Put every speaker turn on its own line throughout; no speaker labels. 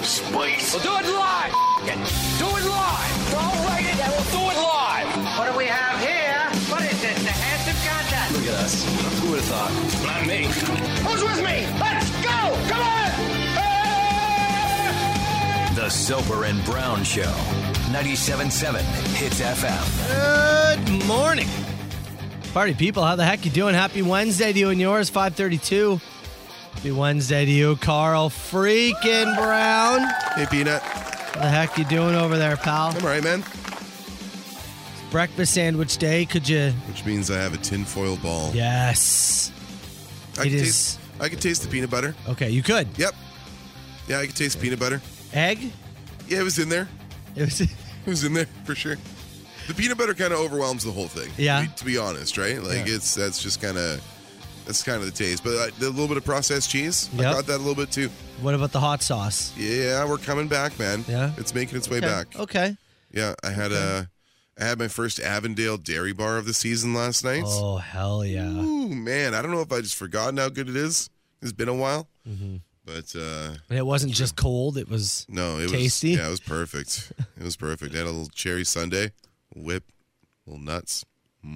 space.
We'll do it live. F- it. Do it live. I'll write it and we'll do it live.
What do we have here? What is this? The handsome contest.
Look at us. Who would have thought?
Not me.
Who's with me? Let's go. Come on. Hey!
The Sober and Brown Show, 97.7 Hits
FM. Good morning. Party people, how the heck you doing? Happy Wednesday to you and yours, 532. Happy Wednesday to you, Carl freaking Brown.
Hey, Peanut.
How the heck you doing over there, pal?
I'm all right, man.
It's breakfast sandwich day. Could you?
Which means I have a tinfoil ball.
Yes.
I it is. Taste, I could taste the peanut butter.
Okay, you could.
Yep. Yeah, I could taste peanut butter.
Egg?
Yeah, it was in there.
It was. it
was in there for sure. The peanut butter kind of overwhelms the whole thing.
Yeah.
To be, to be honest, right? Like yeah. it's that's just kind of that's kind of the taste. But uh, a little bit of processed cheese, yep. I got that a little bit too.
What about the hot sauce?
Yeah, we're coming back, man.
Yeah,
it's making its way
okay.
back.
Okay.
Yeah, I had Oh. okay. a, I had my first Avondale Dairy Bar of the season last night.
Oh hell yeah!
Ooh man, I don't know if I just forgotten how good it is. It's been a while. Mm-hmm. But uh,
it wasn't just cold; it was
no, it
tasty.
Was, yeah, it was perfect. it was perfect. I had a little cherry sundae, whip, little nuts.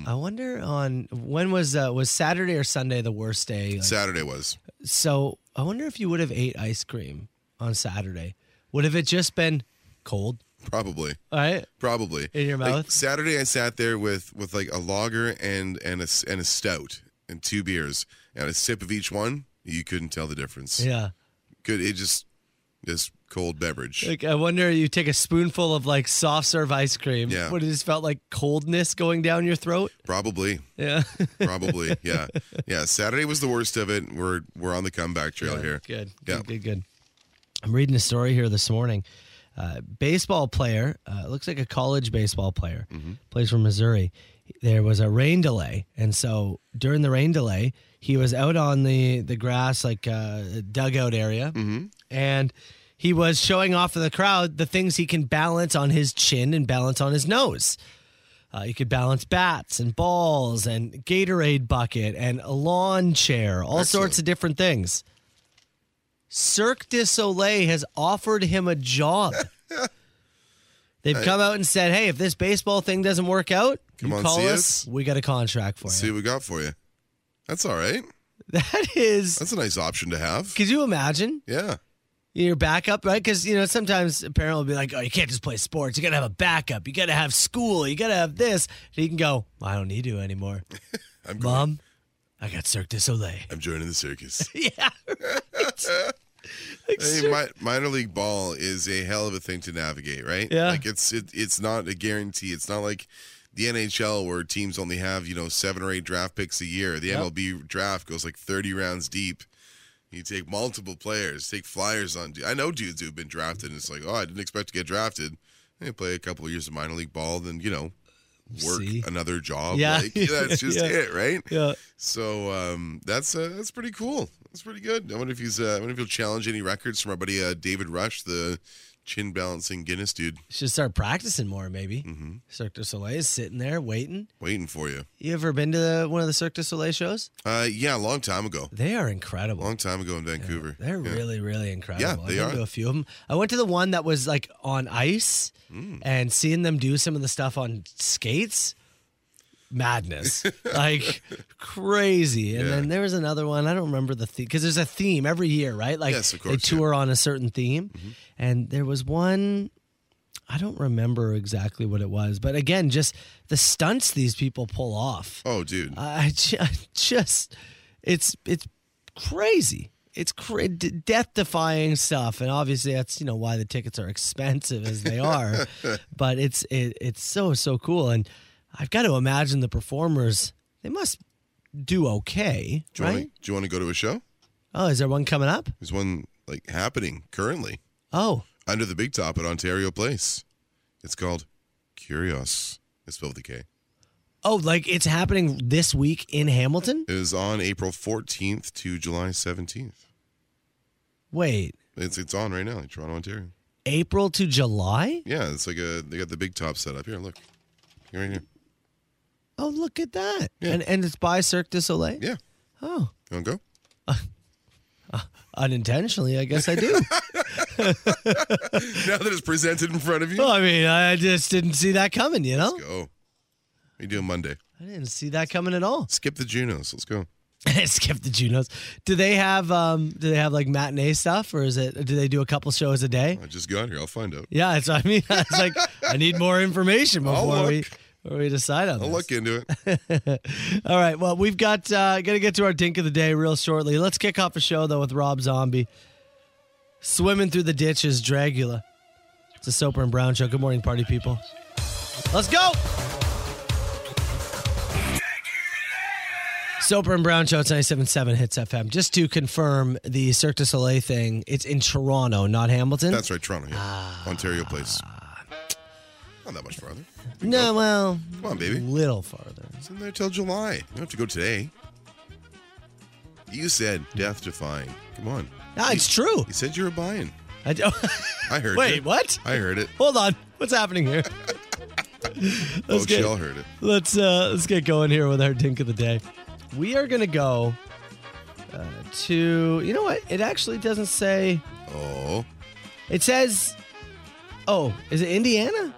I wonder on when was uh, was Saturday or Sunday the worst day?
Like, Saturday was.
So I wonder if you would have ate ice cream on Saturday. Would have it just been cold?
Probably.
All right.
Probably
in your mouth.
Like, Saturday, I sat there with with like a lager and and a and a stout and two beers and a sip of each one. You couldn't tell the difference.
Yeah.
Could it just just cold beverage.
Like I wonder, you take a spoonful of like soft serve ice cream.
Yeah,
would it just felt like coldness going down your throat?
Probably.
Yeah.
Probably. Yeah. Yeah. Saturday was the worst of it. We're we're on the comeback trail
yeah,
here.
Good.
Yeah.
Good, good. Good. I'm reading a story here this morning. Uh, baseball player uh, looks like a college baseball player mm-hmm. plays for Missouri. There was a rain delay, and so during the rain delay, he was out on the the grass like uh, dugout area,
mm-hmm.
and he was showing off to the crowd the things he can balance on his chin and balance on his nose. Uh, you could balance bats and balls and Gatorade bucket and a lawn chair, all Excellent. sorts of different things. Cirque du Soleil has offered him a job. They've come out and said, "Hey, if this baseball thing doesn't work out,
come
you
on,
call us.
It.
We got a contract for
Let's
you.
See what we got for you. That's all right.
That is.
That's a nice option to have.
Could you imagine?
Yeah
your backup, right? Because you know sometimes a parent will be like, "Oh, you can't just play sports. You got to have a backup. You got to have school. You got to have this." And you can go, well, "I don't need to anymore."
I'm
Mom, I got Cirque du Soleil.
I'm joining the circus.
yeah.
Like, hey, my, minor league ball is a hell of a thing to navigate, right?
Yeah.
Like it's it, it's not a guarantee. It's not like the NHL where teams only have you know seven or eight draft picks a year. The yep. MLB draft goes like 30 rounds deep. You take multiple players, take flyers on. I know dudes who've been drafted, and it's like, oh, I didn't expect to get drafted. They play a couple of years of minor league ball, then you know, work
See?
another job.
Yeah,
like, that's just
Yeah.
it, right?
Yeah.
So um, that's uh, that's pretty cool. That's pretty good. I wonder if he's. Uh, I wonder if he'll challenge any records from our buddy uh, David Rush, the chin balancing Guinness dude.
Should start practicing more, maybe.
Mm-hmm.
Cirque du Soleil is sitting there waiting.
Waiting for you.
You ever been to the, one of the Cirque du Soleil shows?
Uh, yeah, a long time ago.
They are incredible.
Long time ago in Vancouver.
They're
Yeah.
really, really incredible.
Yeah, they
I've been
are.
to a few of them. I went to the one that was like on ice
Hmm.
and seeing them do some of the stuff on skates, madness. like crazy. And
Yeah.
then there was another one. I don't remember the theme because there's a theme every year, right? Like
Yes, of
they
course, yeah. Mm-hmm.
tour on a certain theme. And there was one. I don't remember exactly what it was, but again, just the stunts these people pull off.
Oh, dude.
I ju- just, it's it's crazy. It's cra- d- death-defying stuff, and obviously that's you know why the tickets are expensive as they are. but it's it, it's so so cool, and I've got to imagine the performers they must do okay,
do you
right?
want to, do you want to go to a show?
Oh, is there one coming up?
There's one like happening currently.
Oh,
under the big top at Ontario Place. It's called Curios. It's spelled with a K.
oh, like it's happening this week in Hamilton.
It is on April 14th to July 17th.
Wait,
It's it's on right now in Toronto, Ontario.
April to July?
Yeah, it's like a they got the big top set up here. Look, right here.
Oh, look at that!
Yeah.
And and it's by Cirque du Soleil.
Yeah,
Oh.
you want to go?
Unintentionally, I guess I do.
now that it's presented in front of you.
Well, I mean, I just didn't see that coming, you know?
Go. What are you doing Monday?
I didn't see that coming at all.
Skip the Junos. Let's go.
Skip the Junos. Do they have um do they have like matinee stuff or is it do they do a couple shows a day?
I just got here. I'll find out.
Yeah, that's what I mean. I was like, I need more information
I'll
before we
look.
before we decide on
I'll
this.
look into it.
All right. Well, we've got uh, got to get to our dink of the day real shortly. Let's kick off a show though with Rob Zombie. Swimming through the ditches, Dragula. It's a Soper and Brown show. Good morning, party people. Let's go. Soper and Brown show. It's 97.7 Hits FM. Just to confirm the Cirque du Soleil thing, it's in Toronto, not Hamilton.
That's right, Toronto. Yeah.
Ah.
Ontario Place. Not that much farther.
no, well,
Come on, baby.
little farther.
It's in there till July. You don't have to go today. You said death defying. Come on.
No, Ah, it's true.
You said you were buying.
I don't-
I heard
Wait,
you.
what?
I heard it.
Hold on. What's happening here?
Oh,
Let's get-
Shell heard it.
let's uh let's get going here with our dink of the day we are gonna go uh, to you know what it actually doesn't say
Oh.
it says oh is it indiana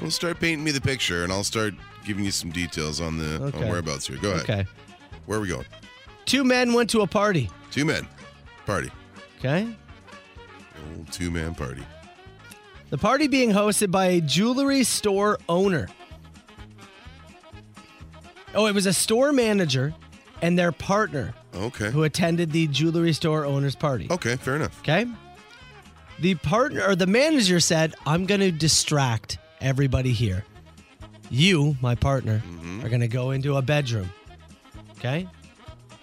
Well, start painting me the picture, and I'll start giving you some details on the on
Okay.
whereabouts here. Go ahead.
okay
Where are we going?
two men went to a party
Two men. Party.
okay
Old two man party.
the party being hosted by a jewelry store owner oh it was a store manager and their partner
Okay.
who attended the jewelry store owner's party
Okay, fair enough.
Okay. The partner or the manager said, I'm going to distract everybody here. You, my partner, are going to go into a bedroom. Okay.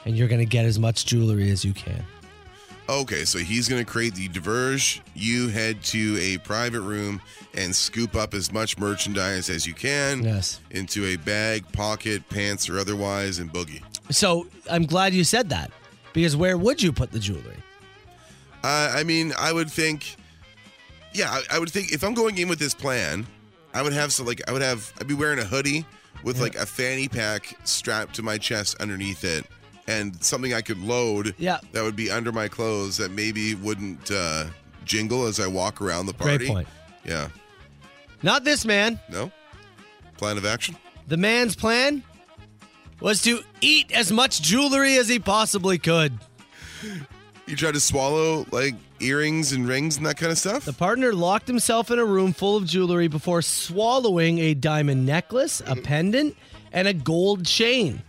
And you're going to get as much jewelry as you can.
Okay, so he's going to create the diverge. You head to a private room and scoop up as much merchandise as you can
Yes.
into a bag, pocket, pants, or otherwise, and boogie.
So I'm glad you said that because where would you put the jewelry?
Uh, I mean, I would think, yeah, I, I would think if I'm going in with this plan, I would have some like I would have I'd be wearing a hoodie with like a fanny pack strapped to my chest underneath it, and something I could load.
Yeah.
that would be under my clothes that maybe wouldn't uh, jingle as I walk around the
Great
party.
point.
Yeah.
Not this man.
No. Plan of action.
The man's plan was to eat as much jewelry as he possibly could.
You try to swallow like earrings and rings and that kind of stuff.
The partner locked himself in a room full of jewelry before swallowing a diamond necklace, a pendant, and a gold chain.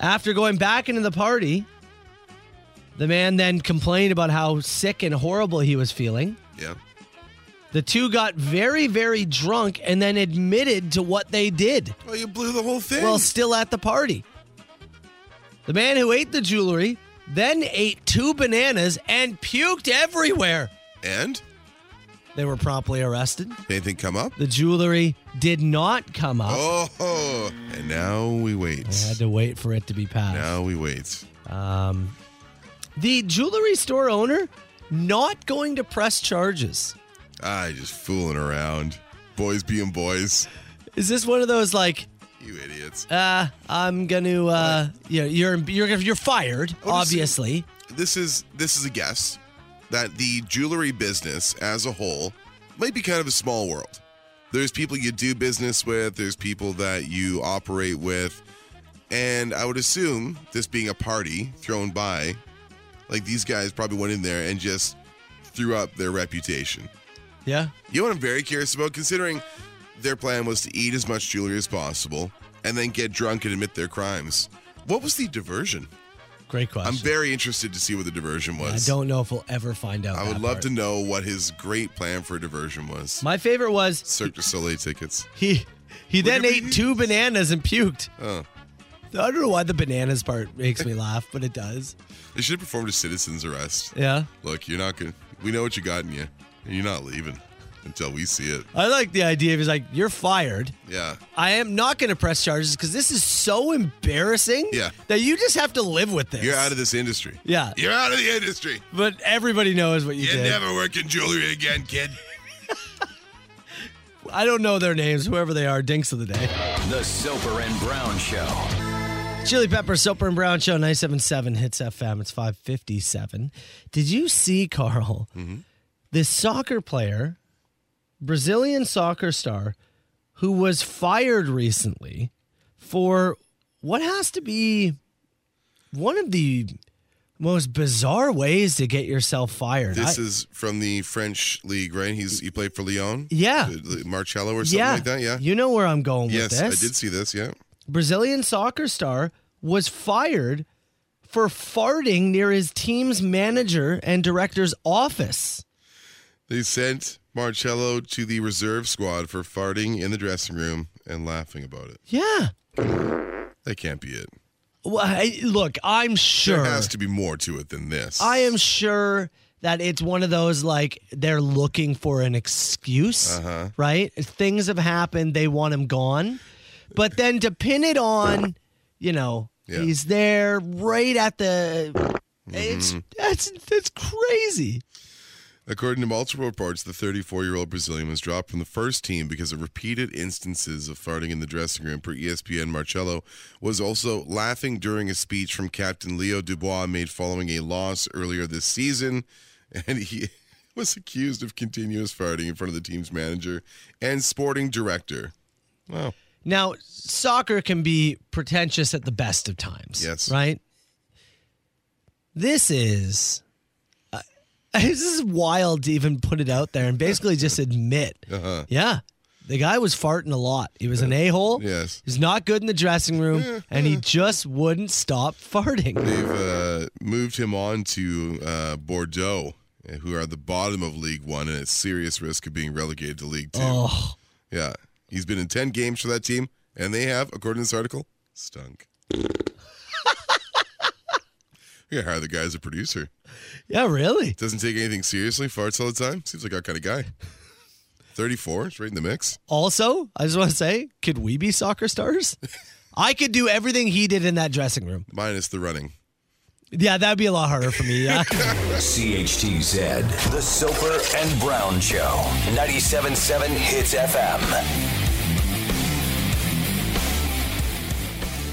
After going back into the party, the man then complained about how sick and horrible he was feeling.
yeah.
The two got very, very drunk and then admitted to what they did
Well, you blew the whole thing.
while still at the party. The man who ate the jewelry then ate two bananas and puked everywhere.
and
They were promptly arrested.
anything come up?
The jewelry did not come up.
Oh, and now we wait.
I had to wait for it to be passed.
Now we wait.
Um, the jewelry store owner not going to press charges.
I just fooling around. Boys being boys.
Is this one of those like,
You idiots.
uh, I'm gonna, uh, you know, you're you're you're fired,
What is-
obviously.
This is this is a guess that the jewelry business as a whole might be kind of a small world. There's people you do business with, there's people that you operate with, and I would assume this being a party thrown by like these guys probably went in there and just threw up their reputation.
Yeah.
You know what I'm very curious about, considering their plan was to eat as much jewelry as possible and then get drunk and admit their crimes. What was the diversion?
Great question.
I'm very interested to see what the diversion
I
was.
don't know if we'll ever find out.
I would
that
love
part.
to know what his great plan for diversion was.
My favorite was
Cirque du Soleil tickets.
He he then
at
ate
me.
two bananas and puked.
Oh.
I don't know why the bananas part makes me laugh, but it does.
They should have performed a citizen's arrest.
Yeah.
Look, you're not gonna. We know what you got in you, and you're not leaving until we see it.
I like the idea of he's like, you're fired.
Yeah.
I am not going to press charges because this is so embarrassing
Yeah.
that you just have to live with this.
You're out of this industry.
Yeah.
You're out of the industry.
But everybody knows what you
You
did.
never work in jewelry again, kid.
I don't know their names, whoever they are, dinks of the day.
The Soper and Brown Show.
Chili Pepper, Soper and Brown Show, 977 Hits FM. It's 557. Did you see, Carl,
Mm-hmm.
this soccer player, Brazilian soccer star, who was fired recently for what has to be one of the most bizarre ways to get yourself fired?
This
I-
is from the French league, right? He's he played for Lyon.
Yeah.
Uh, Marcello or something like that. Yeah.
You know where I'm going
yes,
with this.
I did see this. Yeah.
Brazilian soccer star was fired for farting near his team's manager and director's office.
They sent Marcello to the reserve squad for farting in the dressing room and laughing about it.
Yeah.
That can't be it.
Well, I, look, I'm sure.
There has to be more to it than this.
I am sure that it's one of those like they're looking for an excuse,
Uh-huh.
right? Things have happened, they want him gone. But then to pin it on, you know,
Yeah.
he's there right at the.
Mm-hmm.
It's that's that's crazy.
According to multiple reports, the 34 year old Brazilian was dropped from the first team because of repeated instances of farting in the dressing room. Per E ESPN, Marcello was also laughing during a speech from Captain Leo Dubois made following a loss earlier this season. And he was accused of continuous farting in front of the team's manager and sporting director. Wow.
Now, soccer can be pretentious at the best of times.
Yes.
Right? This is. uh, this is wild to even put it out there and basically just admit.
Uh-huh.
Yeah. The guy was farting a lot. He was an a hole.
Yes. Uh-huh.
He's not good in the dressing room and he just wouldn't stop farting.
They've uh, moved him on to uh, Bordeaux, uh, who are at the bottom of League One and at serious risk of being relegated to League Two.
Oh,
Yeah. He's been in 10 games for that team, and they have, according to this article, stunk. We gotta hire the guy as a producer.
yeah, really?
Doesn't take anything seriously, farts all the time. Seems like our kind of guy. 34, it's right in the mix.
Also, I just want to say could we be soccer stars? I could do everything he did in that dressing room.
Minus the running.
Yeah, that'd be a lot harder for me. Yeah.
CHTZ, The Soper and Brown Show. 97.7 Hits FM.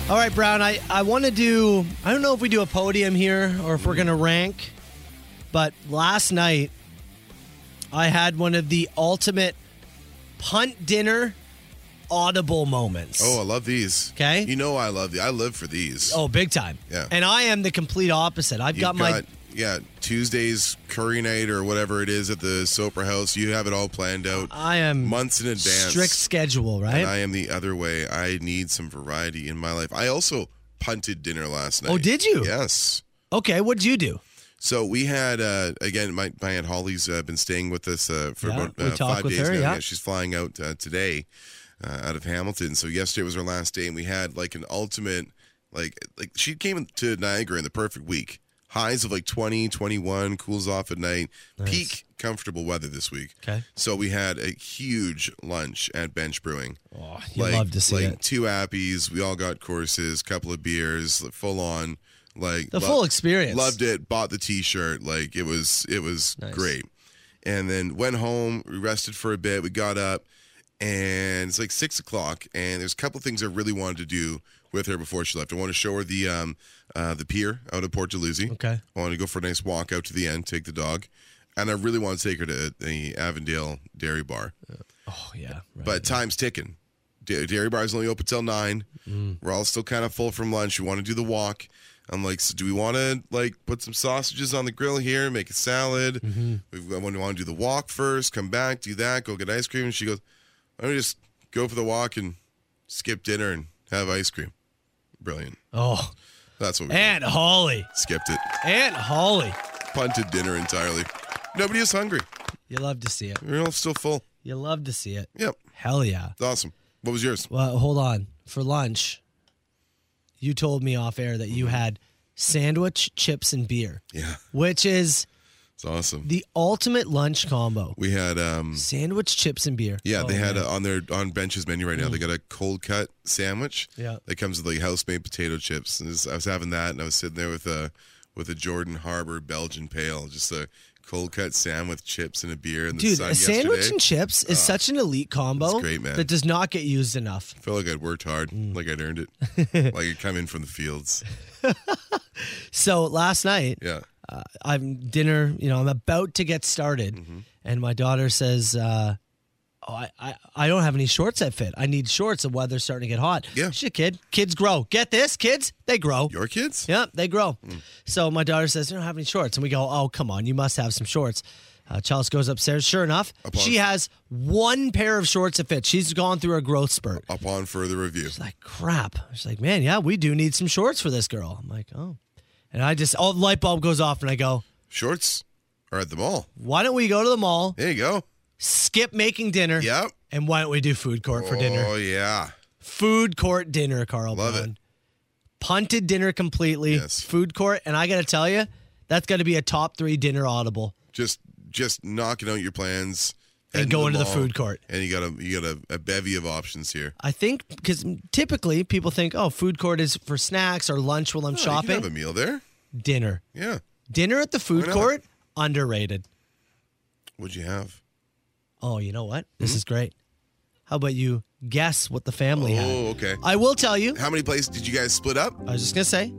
All right, Brown, I, I want to do, I don't know if we do a podium here or if we're going to rank, but last night I had one of the ultimate punt dinner audible moments.
Oh, I love these.
'Kay.
You know I love these. I live for these.
Oh, big time.
Yeah.
And I am the complete opposite. I've
You've
got, my,
yeah Tuesday's curry night or whatever it is at the Soper House. You have it all planned out
I am
months in advance.
strict schedule, right?
And I am the other way. I need some variety in my life. I also punted dinner last night.
Oh, did you?
Yes.
okay, what'd you do?
So we had uh, again. My, my aunt Holly's uh, been staying with us uh, for
Yeah,
about
we
uh,
talked
five
with
days
her,
now.
yeah.
she's flying out uh, today uh, out of Hamilton. So yesterday was her last day, and we had like an ultimate like like she came to Niagara in the perfect week. Highs of like 20, 21, cools off at night. Peak comfortable weather this week.
Okay.
So we had a huge lunch at Bench Brewing
Oh, you love to see
like
it.
two appies. We all got courses, couple of beers, like, full on, like
The full experience.
Loved it. Bought the T-shirt. Like it was, it was great. And then went home. We rested for a bit. We got up, and it's like six o'clock. And there's a couple things I really wanted to do with her before she left. I want to show her the um uh, the pier out of Port Dalhousie.
Okay.
I want to go for a nice walk out to the end. Take the dog. And I really want to take her to the Avondale Dairy Bar.
Oh, yeah. Right.
But time's ticking. Da- Dairy bar's only open till nine. We're all still kind of full from lunch. We want to do the walk. I'm like, so do we want to like put some sausages on the grill here, make a salad? We've got, we want to do the walk first, come back, do that, go get ice cream. And she goes, let me just go for the walk and skip dinner and have ice cream. Brilliant.
oh,
That's what we did.
Aunt Holly.
skipped it.
Aunt Holly.
Punted dinner entirely. Nobody is hungry.
You love to see it.
We're all still full.
You love to see it.
Yep.
Hell yeah.
It's awesome. What was yours?
Well, hold on. For lunch, you told me off air that you had sandwich, chips, and beer,
Mm-hmm. Yeah.
which is
It's awesome.
the ultimate lunch combo.
We had um
Sandwich, chips, and beer.
Yeah,
Oh,
they had
man. Mm.
uh on their on benches menu right now. They got a cold cut sandwich.
Yeah.
that comes with like house made potato chips. And this- I was having that, and I was sitting there with a with a Jordan Harbor Belgian Pale, just a cold cut Sam with chips and a beer in the
Dude,
sun
a sandwich
yesterday. Ah.
and chips is such an elite combo
it's great, man.
that does not get used enough.
I feel like I'd worked hard,
Mm.
like I'd earned it, like I'd come in from the fields.
So last night,
Yeah.
uh, I'm dinner, you know, I'm about to get started,
Mm-hmm.
and my daughter says, uh, "Oh, I, I, I don't have any shorts that fit. I need shorts. The weather's starting to get hot.
Yeah.
shit, kid, kids grow. Get this, kids, they grow.
Your kids?
Yep, they grow.
Hmm.
So my daughter says, I don't have any shorts. And we go, oh, come on, you must have some shorts. Uh, Chalice goes upstairs. Sure enough,
Applause.
she has one pair of shorts that fit. She's gone through a growth spurt.
Upon further review.
It's like, crap. She's like, man, yeah, we do need some shorts for this girl. I'm like, oh. And I just, all the light bulb goes off and I go,
Shorts are at the mall.
why don't we go to the mall,
There you go.
skip making dinner,
Yep.
and why don't we do food court for dinner?
Oh, yeah.
Food court dinner, Carl.
Love it.
Brown. Punted dinner completely,
Yes.
food court. And I got to tell you, that's got to be a top three dinner audible.
Just just knocking out your plans.
And
heading
go
to
into the
mall,
food court. Oh,
And you got a you got a, a bevy of options here.
I think because typically people think, oh, food court is for snacks or lunch while I'm
Oh, You
shopping.
can have a meal there.
dinner.
Yeah.
Dinner at the food
not?
court, underrated.
What'd you have?
Oh, you know what? This
Mm-hmm.
is great. How about you guess what the family
Oh,
had?
okay.
I will tell you.
How many places did you guys split up?
I was just gonna say,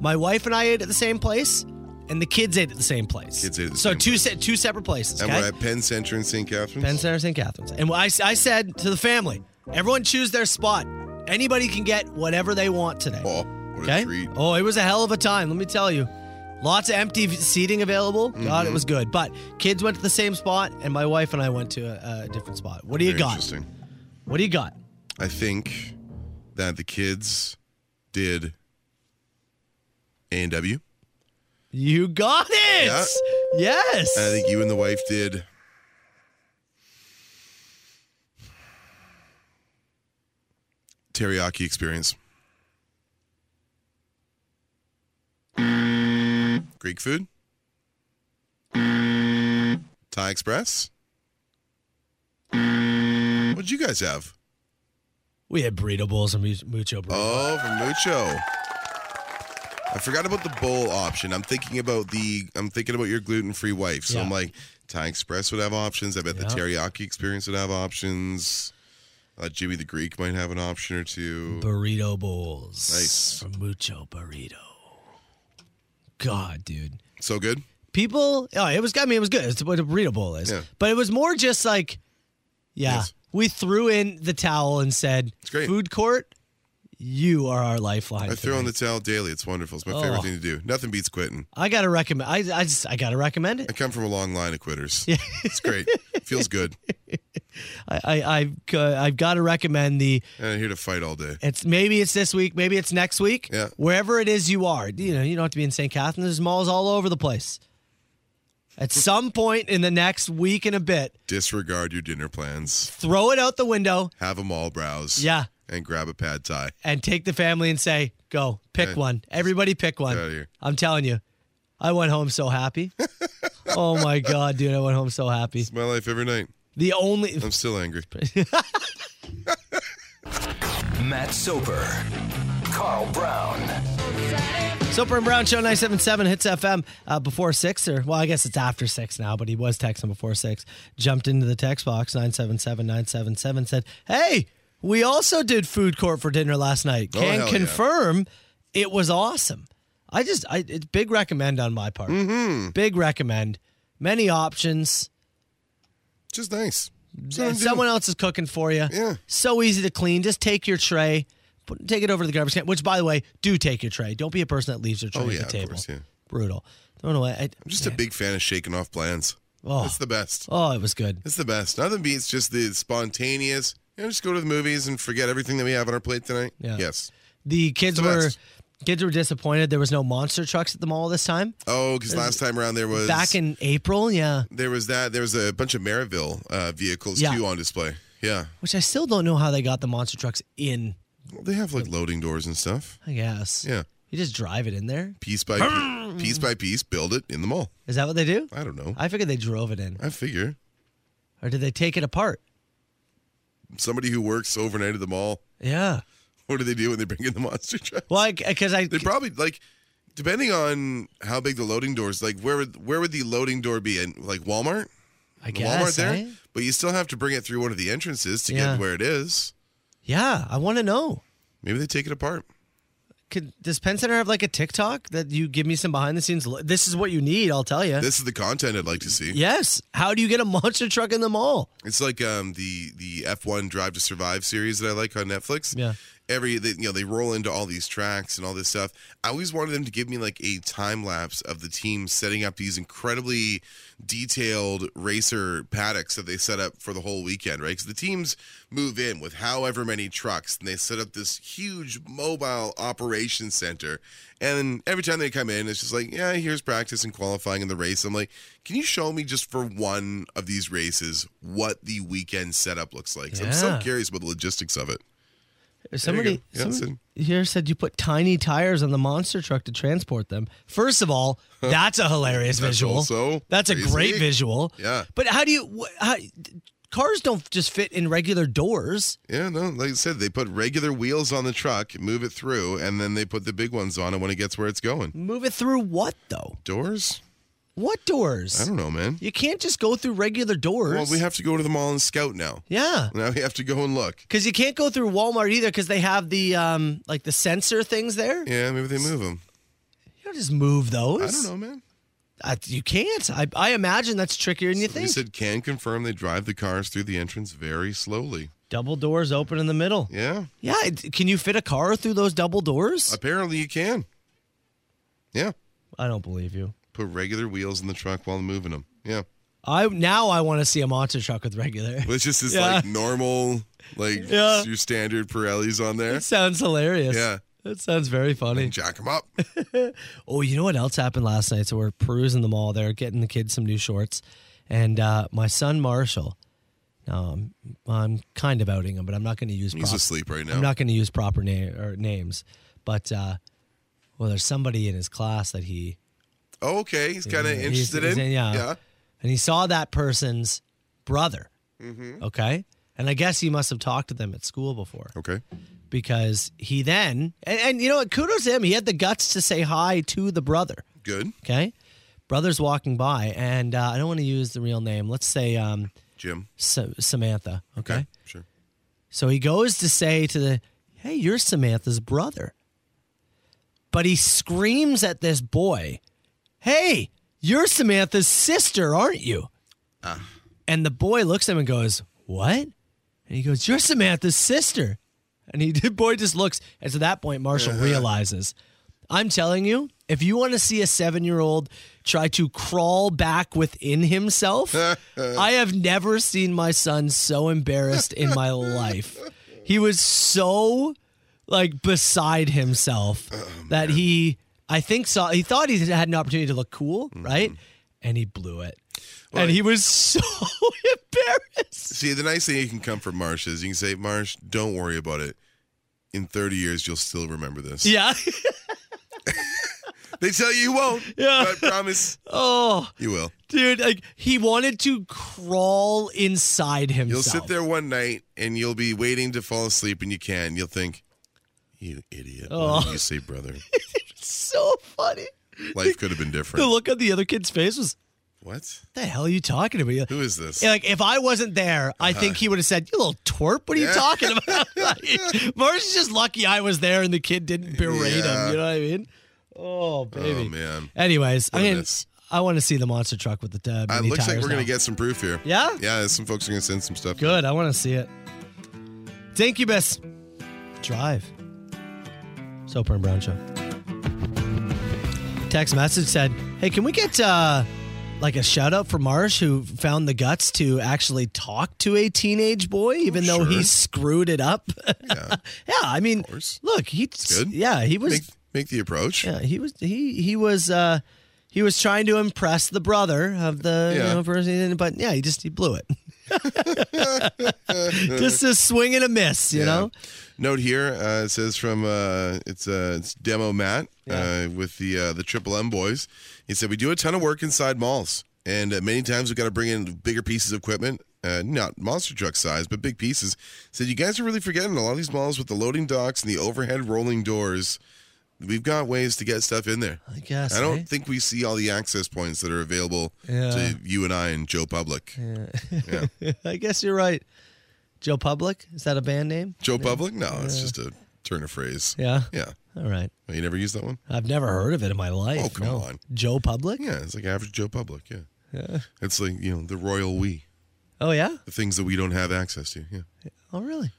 my wife and I ate at the same place, and the kids ate at the same place.
Kids ate at the
so
same
two se- two separate places.
And
okay?
we're at Penn Center in St. Catharines.
Penn Center, St. Catharines. And I, I said to the family, everyone choose their spot. Anybody can get whatever they want today.
Oh, what a treat.
Oh, it was a hell of a time. Let me tell you. Lots of empty seating available.
Mm-hmm.
God, it was good. But kids went to the same spot, and my wife and I went to a, a different spot. What do you
Very
got?
Interesting.
What do you got?
I think that the kids did A and W.
You got it.
Yeah.
Yes.
And I think you and the wife did. Teriyaki experience. Greek food. Thai Express. What'd you guys have?
we had burrito bowls and mu- mucho burrito.
Oh, from Mucho. I forgot about the bowl option. I'm thinking about the I'm thinking about your gluten free wife. So I'm
Yeah.
like, Thai Express would have options. I bet
Yeah.
the teriyaki experience would have options. Uh, Jimmy the Greek might have an option or two.
burrito bowls.
Nice.
From mucho burrito. God, dude.
So good.
people oh it was i mean it was good it's what a burrito bowl is
Yeah.
but it was more just like yeah
Yes.
we threw in the towel and said
great.
food court you are our lifeline
I throw in
today."
the towel daily. It's wonderful. It's my
Oh.
favorite thing to do. Nothing beats quitting.
i gotta recommend i, I just i gotta recommend
I
it
come from a long line of quitters. Yeah. It's great. Feels good.
i i i've, uh, I've gotta recommend the
And I'm here to fight all day.
it's maybe it's this week maybe it's next week
Yeah.
wherever it is you are you know you don't have to be in st catharines there's malls all over the place at some point in the next week and a bit
Disregard your dinner plans.
throw it out the window
Have them all browse.
yeah
And grab a pad thai.
and take the family and say, "Go pick
Yeah.
one. Everybody pick one."
outta here.
I'm telling you, I went home so happy. oh my god, dude, I went home so happy.
It's my life every night.
The only
I'm still angry.
Matt Soper, Carl Brown.
Soper and Brown Show 977 hits FM uh, before six, or well, I guess it's after six now, but he was texting before six. Jumped into the text box 977 977 said, "Hey, we also did food court for dinner last night.
Oh,
Can
hell yeah.
confirm it was awesome. I just, I it's big recommend on my part.
Mm-hmm.
Big recommend. Many options."
Just nice. Something
and
to do.
someone else is cooking for you.
Yeah.
So easy to clean. Just take your tray, put, take it over to the garbage can. Which, by the way, do take your tray. Don't be a person that leaves their tray
Oh,
at
yeah,
the
of
table.
course, yeah.
Brutal. Throw it away. I,
I'm just a big fan of shaking off plans.
Oh.
That's the best.
oh, it was good.
That's the best. Nothing beats just the spontaneous. You know, just go to the movies and forget everything that we have on our plate tonight.
Yeah.
Yes.
The kids
the
were
best.
kids were disappointed. There was no monster trucks at the mall this time.
Oh, because last time around there was
Back in April, yeah.
there was that there was a bunch of Maryville uh, vehicles
Yeah.
too on display. Yeah,
Which I still don't know how they got the monster trucks in.
well, they have like loading doors and stuff.
I guess.
Yeah,
You just drive it in there.
piece by piece, piece by piece, build it in the mall.
Is that what they do?
I don't know.
I figured they drove it in,
I figure
or did they take it apart?
somebody who works overnight at the mall.
Yeah.
What do they do when they bring in the monster truck?
Well, because I,
They probably like depending on how big the loading door is, like where would where would the loading door be? And like Walmart,
I
The
guess.
Walmart there,
eh?
but you still have to bring it through one of the entrances to
Yeah.
get where it is.
Yeah, I want to know.
Maybe they take it apart.
Could does Penn Center have like a TikTok that you give me some behind the scenes? lo- This is what you need. I'll tell you.
This is the content I'd like to see.
yes. How do you get a monster truck in the mall?
It's like um, the the F1 Drive to Survive series that I like on Netflix.
Yeah.
Every they, you know they roll into all these tracks and all this stuff. I always wanted them to give me like a time lapse of the team setting up these incredibly detailed racer paddocks that they set up for the whole weekend, right? Because the teams move in with however many trucks and they set up this huge mobile operation center. And every time they come in, it's just like, yeah, here's practice and qualifying in the race. I'm like, can you show me just for one of these races what the weekend setup looks like? 'Cause I'm so
Yeah.
curious about the logistics of it.
Somebody,
go. Yeah,
somebody
listen.
here said you put tiny tires on the monster truck to transport them. First of all, that's a hilarious
That's
visual.
also
that's a
crazy.
great visual.
Yeah.
But how do you? Wh- how, cars don't just fit in regular doors.
Yeah, no, like I said, they put regular wheels on the truck, move it through, and then they put the big ones on it when it gets where it's going.
Move it through what though?
Doors?
What doors?
I don't know, man.
You can't just go through regular doors.
Well, we have to go to the mall and scout now.
yeah.
Now we have to go and look.
Because you can't go through Walmart either, because they have the um like the sensor things there.
Yeah, maybe they move them.
You don't just move those.
I don't know, man.
I- you can't. I, I imagine that's trickier than you
They
think.
said can confirm they drive the cars through the entrance very slowly.
double doors open in the middle.
Yeah,
Yeah. it- Can you fit a car through those double doors?
apparently you can. Yeah,
I don't believe you.
put regular wheels in the truck while moving them. Yeah,
I now I want to see a monster truck with regular.
but it's just this
Yeah.
like normal, like
Yeah.
your standard Pirellis on there.
That sounds hilarious.
Yeah.
That sounds very funny.
Jack them up.
Oh, you know what else happened last night? So we're perusing the mall there, getting the kids some new shorts. And uh, my son Marshall, um, I'm kind of outing him, but I'm not going to use
He's
prop-
asleep right now.
I'm not going to use proper name or names, but uh, well, there's somebody in his class that he
Oh, okay, he's kind of
he's-
interested
he's
in.
yeah. and he saw that person's brother. Okay, and I guess he must have talked to them at school before
Okay.
because he then and, and you know what? Kudos to him. He had the guts to say hi to the brother.
Good.
Okay, brother's walking by, and uh, I don't want to use the real name. Let's say um,
Jim.
Sa- Samantha. okay.
Sure.
So he goes to say to the, hey, you're Samantha's brother. But he screams at this boy, hey, you're Samantha's sister, aren't you? And the boy looks at him and goes, what? And he goes, you're Samantha's sister. And he, the boy just looks. And to that point, Marshall realizes, I'm telling you, if you want to see a seven year old try to crawl back within himself, I have never seen my son so embarrassed in my life. He was so like beside himself
Oh,
that he, I think, saw, he thought he had an opportunity to look cool,
Mm-hmm.
right? And he blew it. and he was so embarrassed.
See, the nice thing you can come from Marsh is you can say, Marsh, don't worry about it. In 30 years, you'll still remember this.
Yeah.
They tell you you won't.
Yeah.
But I promise
oh.
you will.
Dude, like he wanted to crawl inside himself.
You'll sit there one night and you'll be waiting to fall asleep and you can. You'll think, you idiot.
Oh.
Why did you say brother?
So funny.
Life could have been
The
different.
look on the other kid's face was,
What?
"What the hell are you talking about?
Who is this?
Yeah, Like if I wasn't there, I think he would have said, "You little twerp! What are you
Yeah.
talking about?" like, Marsh is just lucky I was there and the kid didn't berate him.
Yeah.
You know what I mean? Oh baby.
Oh, man.
Anyways, I mean,
Goodness.
I want to see the monster truck with the uh,
Uh,
mini
looks like
tires
we're going
now.
to get some proof here.
Yeah?
Yeah, some folks are going to send some stuff.
good. I want to see it. Thank you, Miss. Drive. Soper and Brown show. Text message said, "Hey, can we get uh, like a shout out for Marsh who found the guts to actually talk to a teenage boy, even though he
Oh, sure.
screwed it up?
Yeah.
yeah, I mean,
course.
look, he
good.
yeah, he was
Make, make the approach.
yeah, he was he he was uh he was trying to impress the brother of the you
Yeah.
know, person, but yeah, he just he blew it. just a swing and a miss, you
Yeah.
know.
Note here uh, it says from uh, it's uh, it's demo Matt uh, with the uh, the Triple M boys. He said we do a ton of work inside malls, and uh, many times we've got to bring in bigger pieces of equipment, uh, not monster truck size, but big pieces. Said you guys are really forgetting a lot of these malls with the loading docks and the overhead rolling doors. We've got ways to get stuff in there.
I guess.
I don't
eh?
think we see all the access points that are available
Yeah.
to you and I and Joe Public. Yeah.
I guess you're right. Joe Public is that a band name?
Joe Public? No, it's just a turn of phrase.
Yeah.
Yeah.
All right.
Oh, you never used that one?
I've never heard of it in my life.
Oh, come
no.
on.
Joe Public?
Yeah, it's like average Joe Public. Yeah. It's like, you know, the royal we,
Oh yeah.
the things that we don't have access to. Yeah.
Oh really?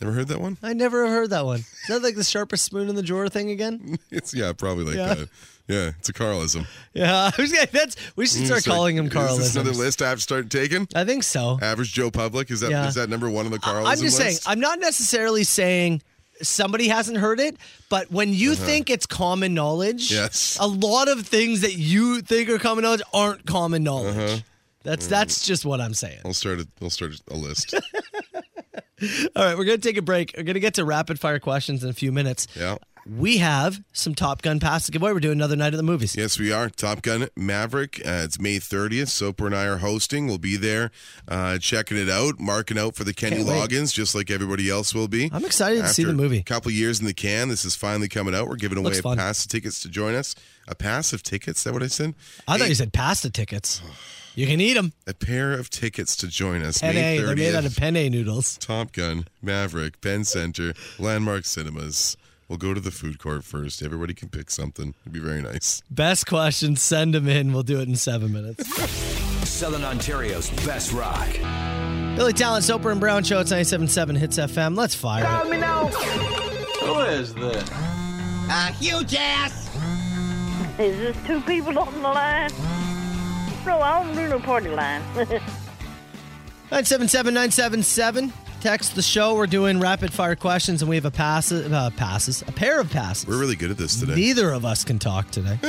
Never heard that one?
I never have heard that one. Is that like the sharpest spoon in the drawer thing again?
It's, yeah, probably like
Yeah.
that. Yeah, it's a Carlism.
Yeah. I was gonna- That's we should start
Mm, It's like,
calling him Carl.
Is this another list I have to start taking?
I think so.
Average Joe Public? Is that is
Yeah.
that number one on the Carlism
I'm just saying,
list?
I'm not necessarily saying somebody hasn't heard it, but when you think it's common knowledge,
Uh-huh. Yes.
a lot of things that you think are common knowledge aren't common
Uh-huh.
knowledge. That's
Mm.
that's just what I'm saying.
I'll start a, I'll start a list.
All right, we're gonna take a break. We're gonna get to rapid fire questions in a few minutes.
yeah.
We have some Top Gun pass to give away. We're doing another night of the movies.
Yes, we are. Top Gun Maverick. Uh, it's May 30th. Soper and I are hosting. We'll be there uh, checking it out, marking out for the Kenny
Can't wait.
Loggins, just like everybody else will be.
I'm excited to see
After
the movie.
A couple years in the can. This is finally coming out. We're giving away
Looks
a
fun.
pass of tickets to join us. A pass of tickets? Is that what I said?
I thought
A-
you said pasta tickets. You can eat them.
A pair of tickets to join us.
Penne.
May 30th.
They're made out of penne noodles.
Top Gun, Maverick, Penn Center, Landmark Cinemas. We'll go to the food court first. Everybody can pick something. It'd be very nice.
Best questions, send them in. We'll do it in seven minutes.
Southern Ontario's best rock.
Billy Talent, Soper and Brown Show. It's 97.7 Hits FM. Let's fire it.
Is this two people on the line? No, I don't do no party line.
977-977. Text the show. We're doing rapid fire questions, and we have a pass, uh, passes, a pair of passes.
We're really good at this today.
Neither of us can talk today.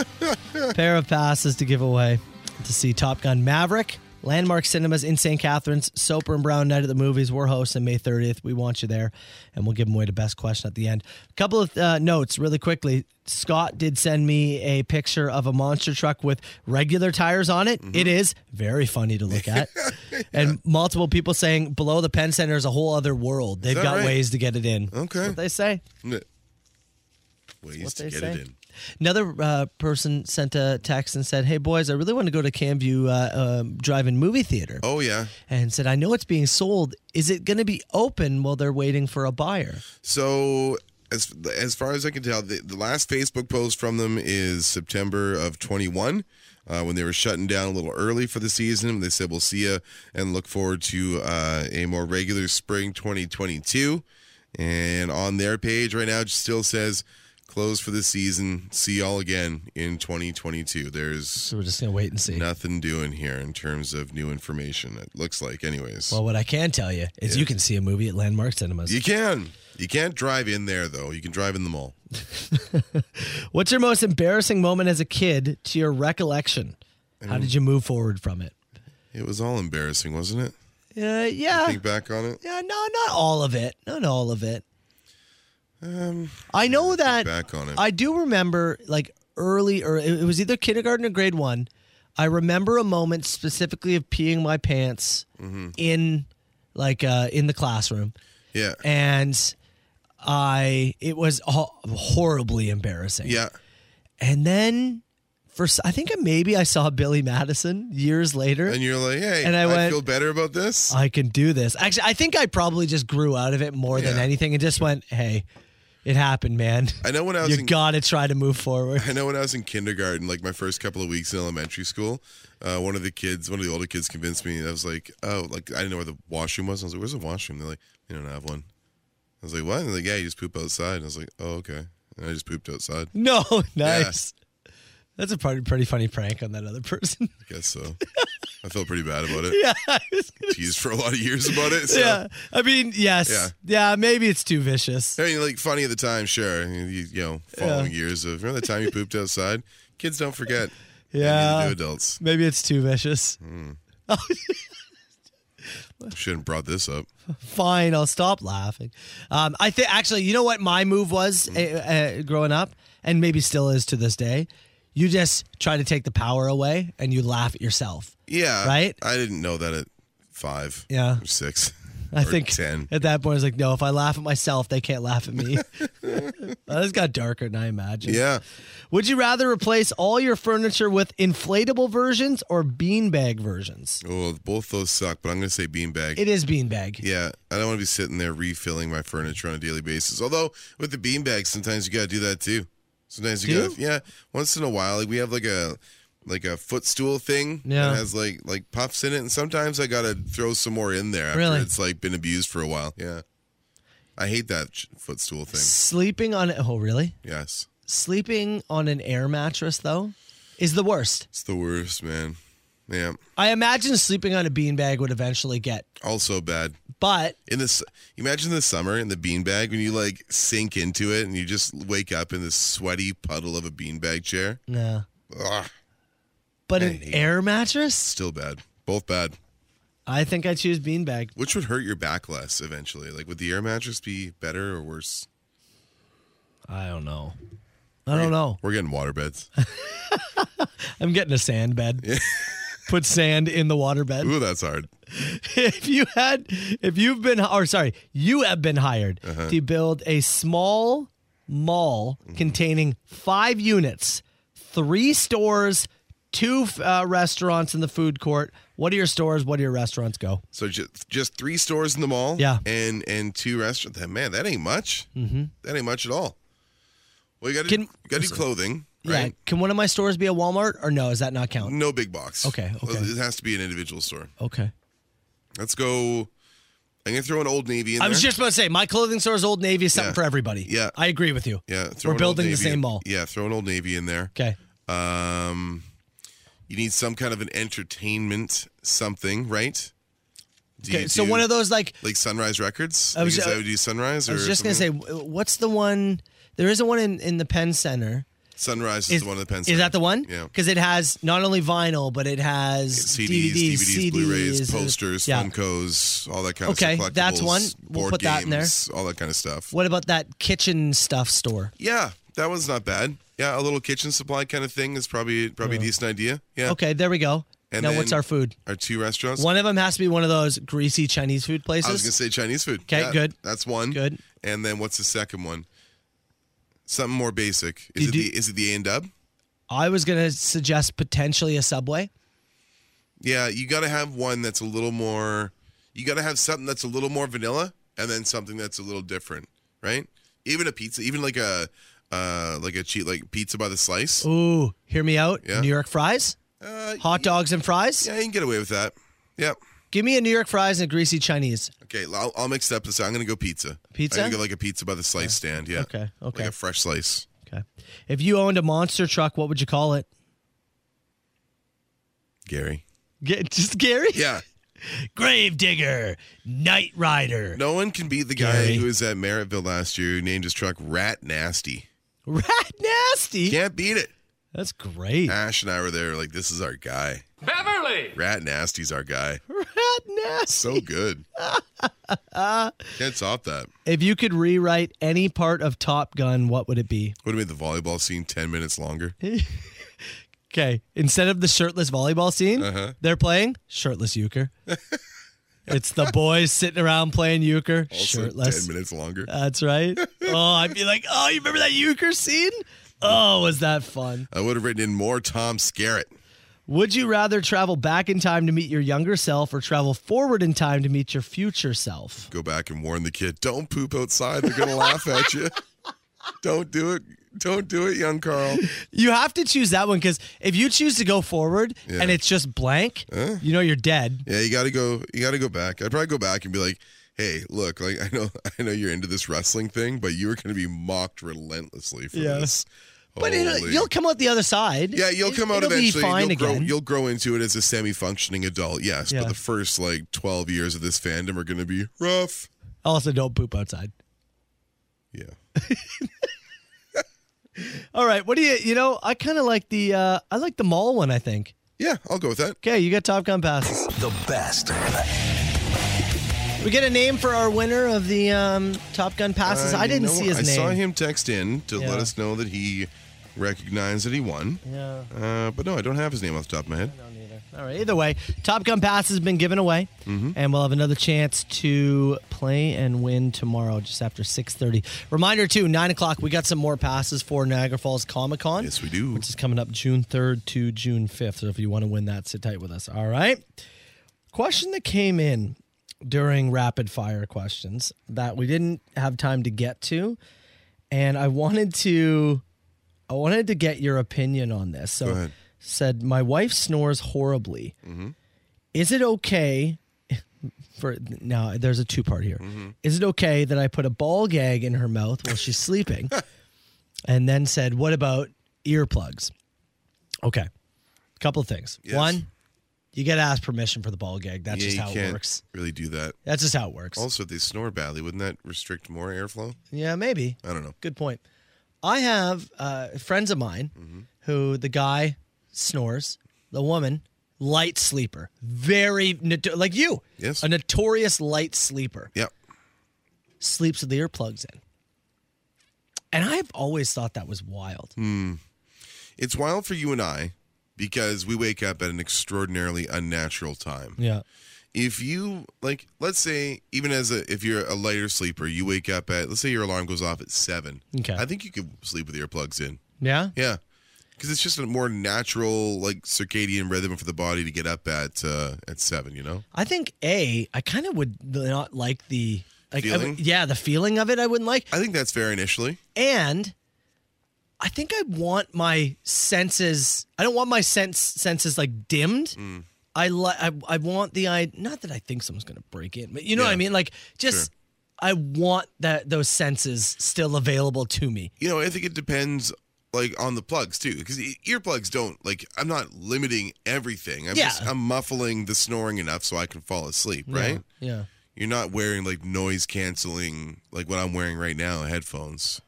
Pair of passes to give away to see Top Gun Maverick, Landmark Cinemas in St. Catharines, Soper and Brown Night at the Movies. We're hosting May 30th. We want you there, and we'll give them away the best question at the end. A couple of uh, notes really quickly. Scott did send me a picture of a monster truck with regular tires on it.
Mm-hmm.
It is very funny to look at. And multiple people saying below the Penn Center is a whole other world. They've
that
got
right?
ways to get it in.
Okay.
That's what they say.
N- Ways to
they
get
say.
it in.
Another uh, person sent a text and said, "Hey boys, I really want to go to Camview uh, um, Drive-In Movie Theater,"
Oh yeah.
and said, "I know it's being sold. Is it going to be open while they're waiting for a buyer?"
So as as far as I can tell, the, the last Facebook post from them is September of 21. Uh, when they were shutting down a little early for the season, they said, "We'll see you and look forward to uh, a more regular spring 2022." And on their page right now, it still says, "Closed for the season. See y'all again in 2022." There's
So we're just going to wait and see.
nothing doing here in terms of new information. It looks like, anyways.
Well, what I can tell you is you can see a movie at Landmark Cinemas.
You can. You can't drive in there though. You can drive in the mall.
What's your most embarrassing moment as a kid to your recollection? How did
Mm.
you move forward from it?
It was all embarrassing, wasn't it?
Uh, yeah,
Think back on it.
yeah, no, not all of it, not all of it.
Um,
I know that
back on it.
I do remember like early or it it was either kindergarten or grade one. I remember a moment specifically of peeing my pants
Mm-hmm.
in like uh, in the classroom,
Yeah.
and I it was ho- horribly embarrassing.
yeah.
and then for s- I think maybe I saw Billy Madison years later.
And you're like, hey,
And I
I,
went- "Uh,
feel better about this.
I can do this. Actually, I think I probably just grew out of it more than
Yeah.
anything and just went, hey, it happened, man.
I know when I was
You
in
got to try to move forward.
I know when I was in kindergarten, like my first couple of weeks in elementary school, uh, one of the kids, one of the older kids convinced me. I was like, oh, like I didn't know where the washroom was. I was like, where's the washroom? They're like, you don't have one. I was like, what? And they're like, yeah, you just poop outside. And I was like, oh, okay. And I just pooped outside.
No, nice. That's a pretty, pretty funny prank on that other person.
I guess so. I felt pretty bad about it.
yeah, I was gonna-
Teased for a lot of years about it. So.
yeah. I mean, yes.
Yeah.
Yeah. maybe it's too vicious.
I mean, like funny at the time, sure. You, you- you know, following years of remember the time you pooped outside. Kids don't forget. And
Yeah.
neither do adults.
Maybe it's too vicious.
Shouldn't have brought this up.
Fine, I'll stop laughing. Um, I think actually, you know what my move was uh, uh, growing up, and maybe still is to this day. You just try to take the power away, and you laugh at yourself.
Yeah.
Right?
I didn't know that at five.
Yeah.
Or six.
I
Or
think
10.
at that point, I was like, no, if I laugh at myself, they can't laugh at me. Well, this got darker than I imagined.
Yeah.
Would you rather replace all your furniture with inflatable versions or beanbag versions?
Oh, both those suck, but I'm going to say beanbag.
It is beanbag.
Yeah, I don't want to be sitting there refilling my furniture on a daily basis. Although with the beanbag, sometimes you got to do that too. Sometimes you
Do
got to yeah. Once in a while, like we have like a like a footstool thing
Yeah.
that has like like puffs in it, and sometimes I got to throw some more in there after
Really?
it's like been abused for a while. Yeah, I hate that sh- footstool thing.
Sleeping on oh really?
Yes,
Sleeping on an air mattress though is the worst.
it's the worst, man. Yeah,
I imagine sleeping on a beanbag would eventually get,
also bad.
but
In this, imagine the summer in the beanbag when you like sink into it and you just wake up in this sweaty puddle of a beanbag chair.
no.
Ugh.
But
I
an
hate
air mattress?
Still bad. Both bad.
I think I choose beanbag.
Which would hurt your back less eventually? Like, would the air mattress be better or worse?
I don't know. I don't know.
We're getting water beds.
I'm getting a sand bed. Put sand in the water bed.
Ooh, that's hard.
if you had if you've been or sorry you have been hired
Uh-huh.
to build a small mall
Mm-hmm.
containing five units three stores two uh, restaurants in the food court what are your stores what do your restaurants go
So just just three stores in the mall.
Yeah.
And and two restaurants. Man, that ain't much. Mm-hmm. That ain't much at all. Well, you got to
Can-
you got to do clothing,
yeah
right? Mm.
can one of my stores be a walmart or no is that not count
No big box.
Okay, okay.
It has to be an individual store.
okay
Let's go. I'm gonna throw an Old Navy in
i
there.
was just about to say my clothing store is old navy is something
Yeah.
for everybody
Yeah.
i agree with you
yeah. throw
we're
an Old
building the
Navy
same
in-
mall
Yeah. Throw an Old Navy in there.
okay
Um, you need some kind of an entertainment something, right? Do
okay
you
so
do-
one of those like
like Sunrise Records.
I was-
I guess I would do Sunrise.
i was
or
just gonna say
something.
w- what's the one there is a one in, in the penn center
Sunrise is, the one of the pencil.
Is that the one?
Yeah.
Because it has not only vinyl, but it has
CDs,
DVDs,
DVDs,
CDs,
Blu-rays,
uh,
posters,
yeah.
Funkos, all that kind
Okay,
of stuff.
that's
collectibles,
one. We'll
board
put that in there.
games, All that kind of stuff.
What about that kitchen stuff store?
Yeah, that one's not bad. Yeah, a little kitchen supply kind of thing is probably probably a decent idea. Yeah.
Okay, there we go.
And
now what's
then-
our food?
Our two restaurants.
One of them has to be one of those greasy Chinese food places.
I was gonna say Chinese food.
'Kay,
Yeah,
good.
That's one.
Good.
And then what's the second one? Something more basic. Is
Did
it
you-
the is it the A and W?
I was gonna suggest potentially a Subway.
Yeah, you got to have one that's a little more. You got to have something that's a little more vanilla, and then something that's a little different, right? Even a pizza, even like a uh like a cheat like pizza by the slice.
Ooh, hear me out.
Yeah.
New York fries,
Uh,
hot dogs and fries.
yeah, you can get away with that. Yep.
Give me a New York fries and a greasy Chinese.
Okay, I'll, I'll mix it up this. I'm gonna go pizza.
Pizza?
I'm gonna go like a pizza by the slice stand. Yeah.
Okay, okay.
Like a fresh slice.
Okay. If you owned a monster truck, what would you call it?
Gary.
Get, just Gary.
Yeah.
Gravedigger, Night Rider,
No one can beat the guy
Gary.
who was at Merrittville last year who named his truck Rat Nasty.
Rat Nasty.
Can't beat it.
That's great.
Ash and I were there like this is our guy. Beverly. Rat Nasty's our guy.
Rat Nasty.
So good. Can't stop that.
If you could rewrite any part of Top Gun, what would it be?
Would have made the volleyball scene 10 minutes longer.
Okay. Instead of the shirtless volleyball scene, they're playing shirtless euchre. it's the boys sitting around playing euchre,
Also
shirtless.
10 minutes longer.
That's right. Oh, I'd be like, oh, you remember that euchre scene? Oh, was that fun?
I would have written in more Tom Skerritt.
Would you rather travel back in time to meet your younger self or travel forward in time to meet your future self?
Go back and warn the kid don't poop outside. They're going to laugh at you. Don't do it. Don't do it, young Carl.
You have to choose that one because if you choose to go forward and it's just blank, you know you're dead.
Yeah, you gotta go. You gotta go back. I'd probably go back and be like, "Hey, look, like I know, I know you're into this wrestling thing, but you are gonna be mocked relentlessly for
Yeah.
this."
But it'll,
Holy-
you'll come out the other side.
yeah, you'll
It-
come out
it'll
eventually.
Be fine
you'll
again.
grow. You'll grow into it as a semi-functioning adult. Yes,
Yeah.
but the first like 12 years of this fandom are gonna be rough.
also, don't poop outside.
Yeah.
All right, what do you? You know, I kind of like the uh, I like the mall one. I think.
Yeah, I'll go with that.
Okay, you got Top Gun passes.
The best.
We get a name for our winner of the um, Top Gun passes.
Uh,
I
you
didn't
know
see his
what? I
name.
saw him text in to
Yeah.
let us know that he recognize that he won.
Yeah.
Uh, but no, I don't have his name off the top of my head.
All right. Either way, Top Gun Pass has been given away, and we'll have another chance to play and win tomorrow, just after six thirty. Reminder too, nine o'clock. We got some more passes for Niagara Falls Comic Con.
Yes, we do.
Which is coming up June third to June fifth. So if you want to win that, sit tight with us. All right. Question that came in during rapid fire questions that we didn't have time to get to, and I wanted to, I wanted to get your opinion on this. So
Go ahead.
said my wife snores horribly is it okay for now there's a two part here. Is
Mm-hmm.
it okay that i put a ball gag in her mouth while she's sleeping and then said what about earplugs okay couple of things
Yes.
one you gotta ask permission for the ball gag that's just
you
how it
can't
works
really do that.
that's just how it works
Also, if they snore badly, wouldn't that restrict more airflow?
yeah maybe
I don't know.
Good point. I have uh, friends of mine
Mm-hmm.
who the guy snores, the woman light sleeper, very noto- like you,
Yes.
a notorious light sleeper,
Yep.
sleeps with the earplugs in. And I've always thought that was wild.
Hmm. It's wild for you and I because we wake up at an extraordinarily unnatural time.
Yeah,
if you like let's say even as a if you're a lighter sleeper you wake up at let's say your alarm goes off at seven
Okay.
i think you could sleep with earplugs in
yeah,
yeah because it's just a more natural like circadian rhythm for the body to get up at uh at seven you know
I think a I kind of would not like the like I
Feeling?
would- yeah the feeling of it I wouldn't like.
i think that's fair initially
and I think I want my senses. I don't want my sense senses like dimmed.
Mm.
I like. I, I want the I. Not that I think someone's gonna break in, but you know what I
Yeah.
mean. Like just,
Sure.
I want that those senses still available to me.
you know i think it depends like on the plugs too because earplugs don't like i'm not limiting everything i'm
Yeah.
just i'm muffling the snoring enough so i can fall asleep right
Yeah.
you're not wearing like noise canceling like what I'm wearing right now, headphones.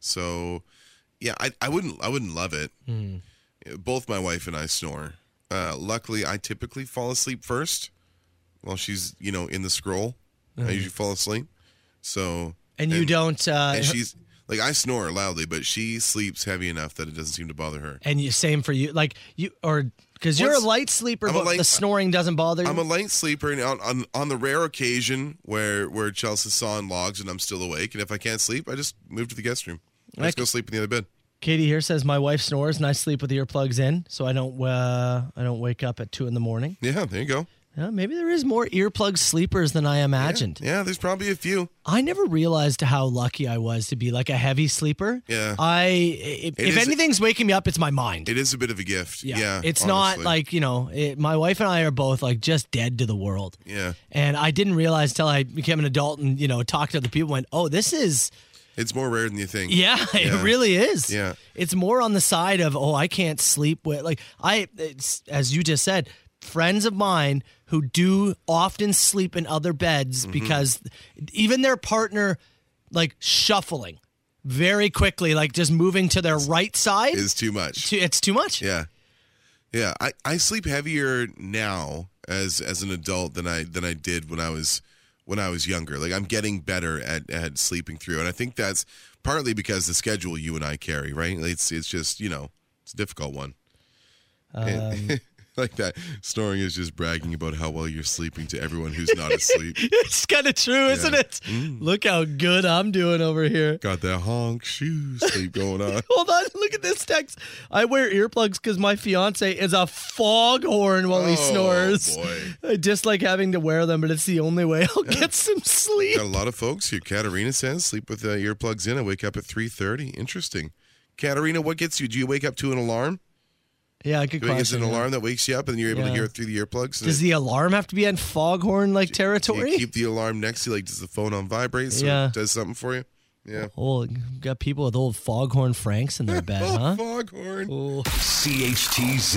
So yeah, I, I wouldn't I wouldn't love it.
Hmm.
Both my wife and I snore. Uh, luckily, I typically fall asleep first while she's you know in the scroll. I usually fall asleep. So
Uh-huh. And you don't. Uh,
and
and,
she's like I snore loudly, but she sleeps heavy enough that it doesn't seem to bother her.
you same for you. Like you or because you're a
Once-
light sleeper,
I'm a
but the
light-
snoring doesn't bother you.
I'm a light sleeper, and on, on on the rare occasion where where Chelsea saw and logs, and I'm still awake, and if I can't sleep, I just move to the guest room. I just
Okay.
go sleep in the other bed.
Katie here says my wife snores and I sleep with earplugs in, so I don't. Uh, I don't wake up at two in the morning.
Yeah, there you go.
Yeah, maybe there is more earplug sleepers than I imagined.
Yeah, there's probably a few.
I never realized how lucky I was to be like a heavy sleeper.
Yeah.
I if,
It
if
is-
anything's waking me up, it's my mind.
It is a bit of a gift. Yeah,
it's not
honestly.
like you know. It, my wife and I are both like just dead to the world.
Yeah.
And I didn't realize till I became an adult and you know talked to other people. Went, oh, this is
it's more rare than you think.
yeah,
Yeah.
it really is.
Yeah.
It's more on the side of, oh, I can't sleep with, like, I, it's, as you just said, friends of mine who do often sleep in other beds
Mm-hmm.
because even their partner, like, shuffling very quickly, like just moving to their right side,
is too much.
too- it's too much.
yeah, yeah. I, I sleep heavier now as as an adult than I than I did when I was when I was younger. Like I'm getting better at at sleeping through, and I think that's partly because the schedule you and I carry. Right? It's it's just you know it's a difficult one. like that snoring is just bragging about how well you're sleeping to everyone who's not asleep.
It's kind of true, isn't it?
Mm.
Look how good I'm doing over here.
Got that honk shoe sleep going on.
Hold on, look at this text. I wear earplugs because my fiance is a foghorn while he
Oh,
snores.
boy.
I dislike having to wear them, but it's the only way I'll get some sleep.
Got a lot of folks here. Katarina says sleep with uh, earplugs in. I wake up at three thirty. Interesting. Katarina, what gets you? Do you wake up to an alarm?
Yeah, good
Do you think it's
question.
an alarm that wakes you up and you're able
Yeah.
to hear it through the earplugs?
Does the alarm have to be on foghorn like
Do you
territory?
keep the alarm next to you? Like, does the phone on vibrate? So
Yeah.
it does something for you? Yeah.
oh, got people with old foghorn Franks in their bed, huh?
Oh, foghorn.
CHTZ.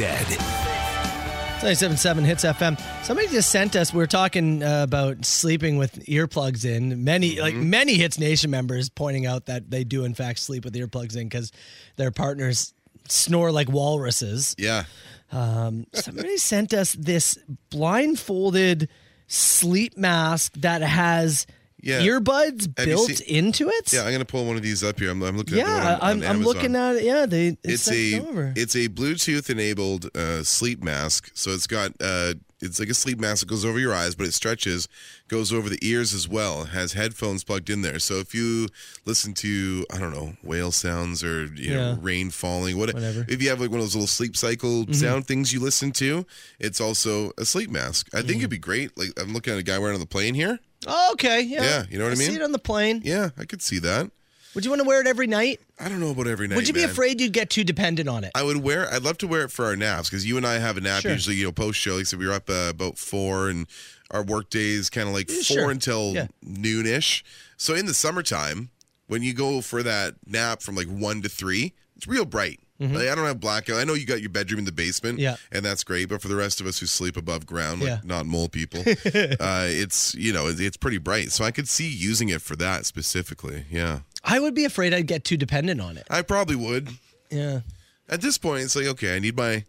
977 Hits FM. Somebody just sent us. We were talking uh, about sleeping with earplugs in. Many,
Mm-hmm.
like many Hits Nation members, pointing out that they do in fact sleep with earplugs in because their partners snore like walruses.
Yeah.
Somebody sent us this blindfolded sleep mask that has
Yeah.
earbuds
Have you
built
seen-
into it.
yeah, I'm gonna pull one of these up here. I'm, I'm looking. at the one
Yeah,
on-
I'm,
on
I'm
Amazon.
looking at it. Yeah, they
It's
it's,
a
over.
it's a Bluetooth enabled uh, sleep mask. So it's got uh, it's like a sleep mask that goes over your eyes, but it stretches, goes over the ears as well. Has headphones plugged in there. So if you listen to I don't know whale sounds or you
Yeah.
know rain falling, what,
Whatever. Mm-hmm.
If you have like one of those little sleep cycle sound things you listen to, it's also a sleep mask. I think
Mm-hmm.
it'd be great. Like I'm looking at a guy wearing it on the plane here.
oh, okay, yeah,
Yeah, you know what I mean?
See it on the plane.
Yeah, I could see that.
Would you want to wear it every night?
I don't know about every night.
Would you be
man.
afraid you'd get too dependent on it?
I would wear. I'd love to wear it for our naps because you and I have a nap
Sure.
usually. You know, post show. Like I said, we were up uh, about four, and our work day is kind of like
Yeah,
four
sure.
until
Yeah.
noonish. So in the summertime, when you go for that nap from like one to three, it's real bright. Like, I don't have blackout. I know you got your bedroom in the basement,
Mm-hmm. Yeah.
and that's great. But for the rest of us who sleep above ground, like
Yeah.
not mole people, uh, it's you know it- it's pretty bright. So I could see using it for that specifically. Yeah,
I would be afraid I'd get too dependent on it.
I probably would
Yeah.
at this point it's like okay i need my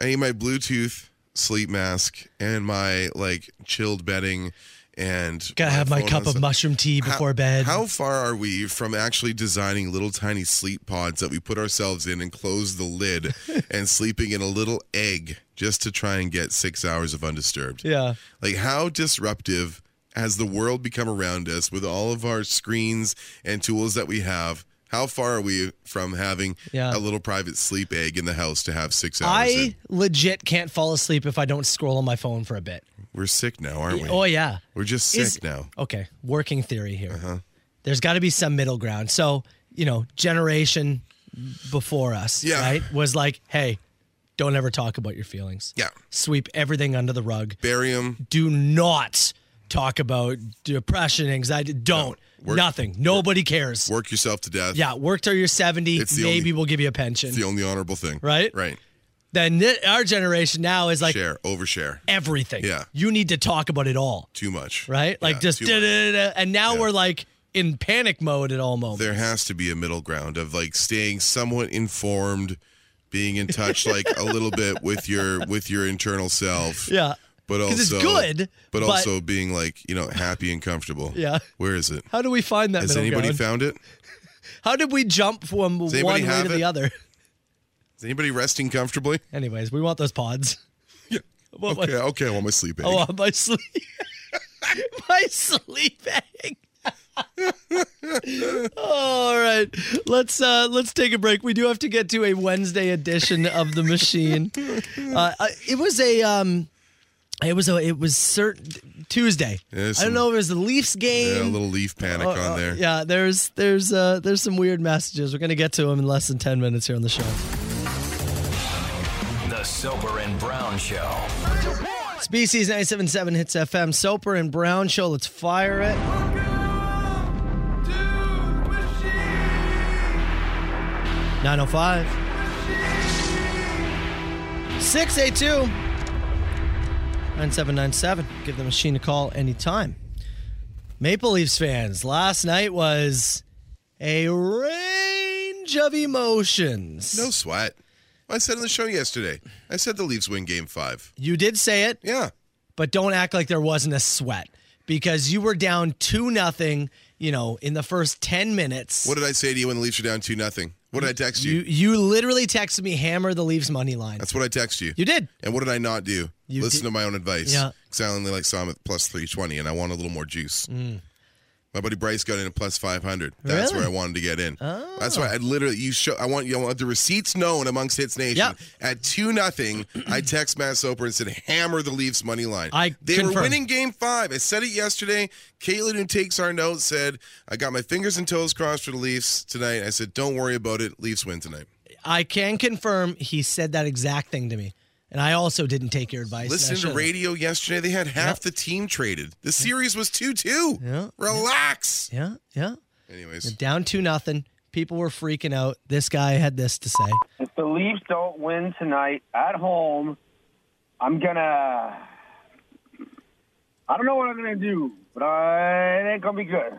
i need my bluetooth sleep mask and my like chilled bedding and
Gotta have my
phone
cup
on
of
some-
mushroom tea
How-
before bed.
how far are we from actually designing little tiny sleep pods that we put ourselves in and close the lid and sleeping in a little egg just to try and get six hours of undisturbed
yeah.
like how disruptive has the world become around us with all of our screens and tools that we have? How far are we from having
Yeah.
a little private sleep egg in the house to have six hours?
I
in?
legit can't fall asleep if I don't scroll on my phone for a bit.
We're sick now, aren't we?
Oh yeah.
We're just sick
Is-
now. Uh-huh.
Okay, working theory here. There's got to be some middle ground. So, you know, generation before us,
Yeah.
right, was like, hey, don't ever talk about your feelings.
Yeah.
Sweep everything under the rug.
Bury 'em.
Do not talk about depression, anxiety. Don't.
Work-
Nothing. Nobody cares.
Work yourself to death.
yeah, work till you're 70.
It's the
Maybe
only-
we'll give you a pension.
It's the only honorable thing.
Right?
Right.
then th- our generation now is like
Share, overshare.
everything.
Yeah.
You need to talk about it all,
Too much.
right? Like
Yeah,
just
too much.
da-da-da-da. and now
Yeah.
we're like in panic mode at all moments.
there has to be a middle ground of like staying somewhat informed, being in touch like a little bit with your with your internal self.
Yeah.
but
'Cause
also
it's good,
But,
but-
also being like you know happy and comfortable.
Yeah.
Where is it?
How do we find that
Has
middle
anybody
ground?
found it?
How did we jump from one
anybody
way
have
to
it?
the other?
Is anybody resting comfortably?
Anyways, we want those pods. What was-
Okay, okay, I want my sleep aid.
oh, uh, my sleep, my sleep egg. All right, let's uh, let's take a break. We do have to get to a Wednesday edition of the machine. Uh, I- it was a um, it was a it was certain Tuesday.
Yeah,
I
some-
don't know if it was the Leafs game.
yeah, a little leaf panic
Oh, oh,
on there.
Yeah, there's there's uh there's some weird messages. We're gonna get to them in less than ten minutes here on the show.
The Soper and Brown Show.
It's BC's 977 hits FM Soper and Brown show. Let's fire it. Nine oh five. Six eight two. Nine seven nine seven. Give the machine a call anytime. Maple Leafs fans, last night was a range of emotions.
No sweat. I said on the show yesterday. I said the Leafs win Game Five.
You did say it.
Yeah,
but don't act like there wasn't a sweat because you were down two nothing. You know, in the first ten minutes,
What did I say to you when the Leafs are down two nothing? What did I text
you
you?
you literally texted me hammer the Leafs money line.
That's what I text you.
You did.
And what did I not do?
You
Listen
did-
to my own advice.
Yeah.
Because I only like saw him at plus three twenty, and I want a little more juice. My buddy Bryce got in at plus five hundred. That's
Mm. Really? Oh.
where I wanted to get in. That's why I literally you show I want you I want the receipts known amongst Hits Nation.
Yeah.
At two nothing, I text Matt Soper and said hammer the Leafs money line.
I
they were
confirm.
winning game five. I said it yesterday. Caitlin who takes our note said I got my fingers and toes crossed for the Leafs tonight. I said don't worry about it. Leafs win tonight.
I can confirm he said that exact thing to me, and I also didn't take your advice. and I
Listen to
should've.
radio yesterday. They had half the team traded. The series was 2 2.
Yeah.
Relax.
Yeah, yeah.
Anyways,
Down two nothing. People were freaking out. This guy had this to say.
If the Leafs don't win tonight at home, I'm gonna. I don't know what I'm gonna do, but I, it ain't gonna be good.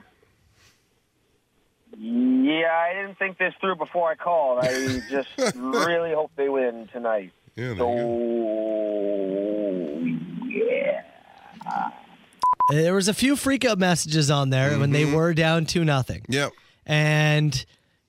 Yeah, I didn't think this through before I called. I just really hope they win tonight.
Yeah, there you
so yeah.
There was a few freak out messages on there when they
Mm-hmm.
were down two nothing.
Yep.
And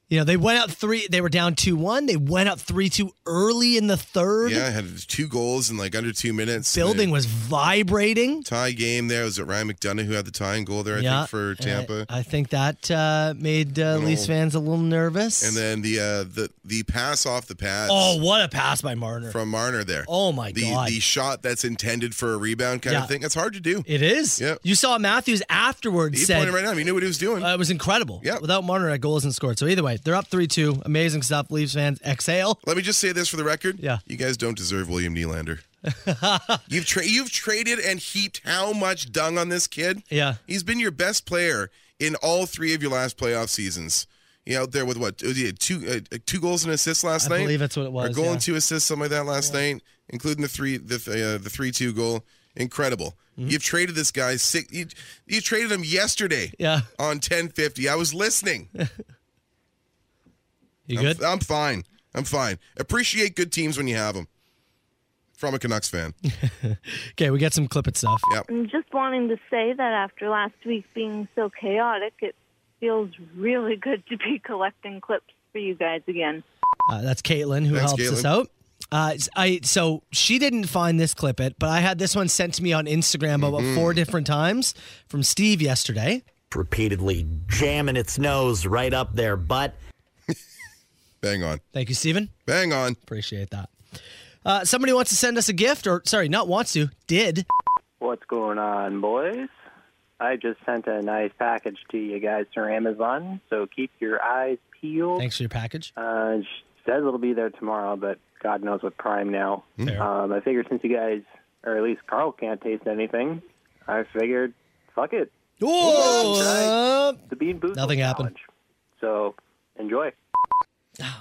you know, they went out three they were down two one. They went up three two early in the third.
Yeah, I had two goals in like under two minutes.
Building
The
was vibrating.
tie game there. Was it Ryan McDonough who had the tying goal there, I think, for
and
Tampa?
I, think that uh, made uh, Leafs fans a little nervous.
and then the uh the the pass off the pads
oh, what a pass by Marner!
from Marner there.
oh my
the
god,
the shot that's intended for a rebound kind
Yeah.
of thing. That's hard to do.
it is.
Yep.
You saw Matthews afterwards
He
said
pointed right now. He knew what he was doing.
Uh, it was incredible.
Yep.
Without Marner, that goal isn't scored. So either way, they're up three two. Amazing stuff. Leafs fans exhale.
Let me just say this for the record.
Yeah.
You guys don't deserve William Nylander. you've tra- you've traded and heaped how much dung on this kid?
Yeah.
He's been your best player in all three of your last playoff seasons. You out there with what? uh, yeah, Two uh, two goals and assists last
I
night.
believe that's what it
Or
was,
goal
yeah.
and two assists, something like that last night, including the three the th- uh, the three two goal. Incredible.
Mm-hmm.
You've traded this guy six. You, you traded him yesterday.
Yeah.
On ten fifty, I was listening.
You
I'm,
good?
I'm fine. I'm fine. Appreciate good teams when you have them. From a Canucks fan.
Okay, we got some clip it stuff.
Yep.
I'm just wanting to say that after last week being so chaotic, it feels really good to be collecting clips for you guys again.
Uh, that's Caitlin who
Thanks,
helps us
Caitlin.
out. Uh, s- I so she didn't find this clip it, but I had this one sent to me on Instagram about
Mm-hmm.
four different times from Steve yesterday.
repeatedly jamming its nose right up their butt.
Bang on.
Thank you, Steven.
Bang on.
Appreciate that. Uh, somebody wants to send us a gift, or sorry, not wants to, did.
What's going on, boys? I just sent a nice package to you guys through Amazon, so keep your eyes peeled.
Thanks for your package.
Uh, it says it'll be there tomorrow, but God knows with Prime now.
Fair.
Um, I figured since you guys, or at least Carl, can't taste anything, I figured, fuck it,
Oh, uh,
the Bean Boozled
Nothing happened.
challenge. So enjoy.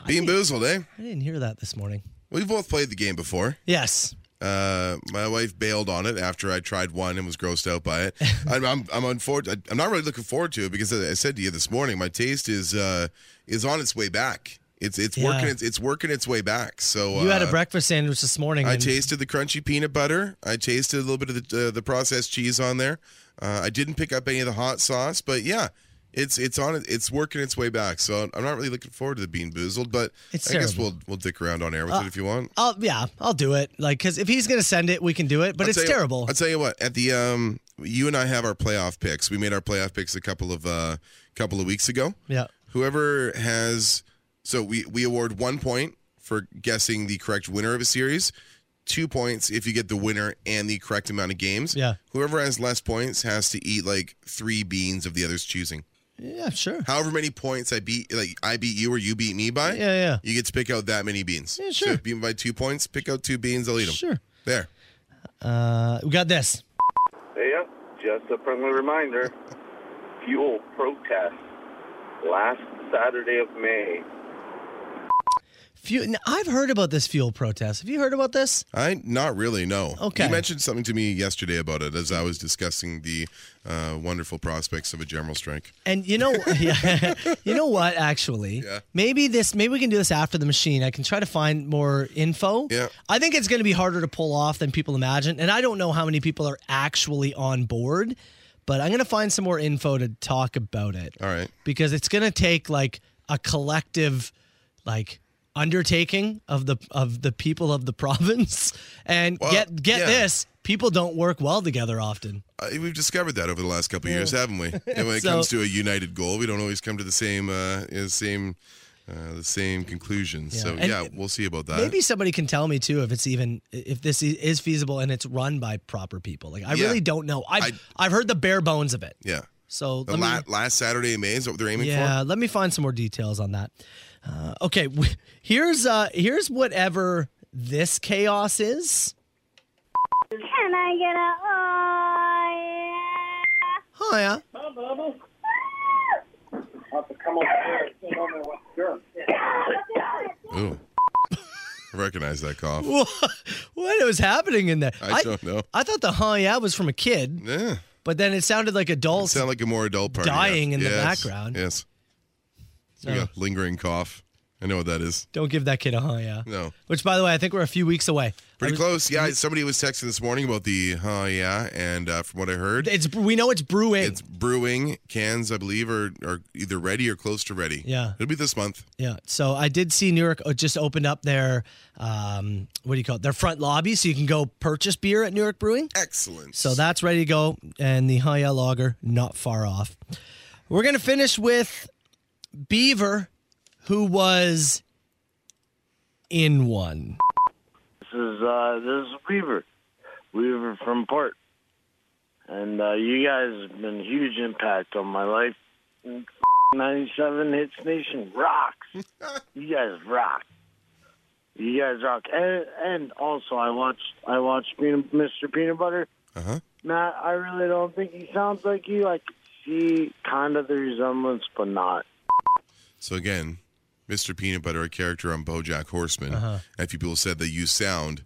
Bean boozled, eh?
I didn't hear that this morning.
We both played the game before.
Yes.
Uh, my wife bailed on it after I tried one and was grossed out by it. I'm I'm, I'm unfortunate. I'm not really looking forward to it because as I said to you this morning, my taste is uh is on its way back. It's it's
Yeah.
working it's, it's working its way back. So
You had a
uh,
breakfast sandwich this morning.
I
and-
tasted the crunchy peanut butter. I tasted a little bit of the uh, the processed cheese on there. Uh, I didn't pick up any of the hot sauce, but yeah, it's it's on it. It's working its way back. So I'm not really looking forward to the bean boozled, but
It's
I guess
terrible. Uh,
we'll we'll dick around on air with it if you want.
I'll, yeah, I'll do it. Like, because if he's going to send it, we can do it, but
I'll
it's
tell you-
terrible.
I'll tell you what. At the um, you and I have our playoff picks. We made our playoff picks a couple of uh, couple of weeks ago.
yeah.
Whoever has so we we award one point for guessing the correct winner of a series, two points if you get the winner and the correct amount of games.
Yeah.
Whoever has less points has to eat like three beans of the other's choosing.
Yeah, sure.
However many points I beat like I beat you or you beat me by,
Yeah, yeah.
you get to pick out that many beans.
Yeah,
So
sure.
if you beat me by two points, pick out two beans, I'll eat them.
Sure.
There.
Uh, we got this.
Yep, just a friendly reminder. Fuel protest last Saturday of May.
Fuel, I've heard about this fuel protest. Have you heard about this?
I not really no.
Okay.
You mentioned something to me yesterday about it as I was discussing the uh, wonderful prospects of a general strike.
And you know, yeah, you know what? Actually,
Yeah.
maybe this. Maybe we can do this after the machine. I can try to find more info.
Yeah.
I think it's going to be harder to pull off than people imagine, and I don't know how many people are actually on board. But I'm going to find some more info to talk about it
All right.
because it's going to take like a collective, like undertaking of the of the people of the province. And
Well,
get get
yeah.
this, people don't work well together often.
Uh, we've discovered that over the last couple of years, haven't we? And when it
So-
comes to a united goal, we don't always come to the same, uh, you know, same, uh, the same conclusion. So
And-
yeah, we'll see about that.
Maybe somebody can tell me too if it's even if this i- is feasible and it's run by proper people. Like I
Yeah.
really don't know. I've I, have
I-
i have heard the bare bones of it.
Yeah.
So
The
let
la-
me,
last Saturday in May is what they're aiming
yeah, let me find some more details on that. Uh, okay, w- here's uh here's whatever this chaos is.
Can I get a oh yeah?
Hiya.
for. Ooh. I recognize that cough.
What was happening in there?
I don't know.
I thought the huh yeah was from a kid,
Yeah.
but then it sounded like
It
adults.
sounded like a more adult party.
Dying in the
Yes,
background.
Yes. So we got lingering cough. I know what that is.
Don't give that kid a huh, yeah.
No.
Which, by the way, I think we're a few weeks away. I
Pretty
was-
close. Yeah, somebody was texting this morning about the, huh, yeah, and uh, from what I heard,
It's we know it's brewing.
it's brewing. Cans, I believe, are, are either ready or close to ready.
Yeah.
It'll be this month.
Yeah. So I did see New York uh, just opened up their um, what do you call it? Their front lobby, so you can go purchase beer at New York Brewing.
Excellent.
So that's ready to go, and the Haya Lager not far off. We're gonna finish with Beaver, who was in one.
This is uh, this is Weaver, Weaver from Port, and uh, you guys have been a huge impact on my life. And Ninety-seven hits nation rocks. you guys rock. You guys rock. And, and also, I watched I watched Peanut, Mr. Peanut Butter.
Uh-huh.
Matt, I really don't think he sounds like you. I could see kind of the resemblance, but not.
So again, Mr. Peanut Butter, a character on BoJack Horseman,
Uh-huh.
and people said that you sound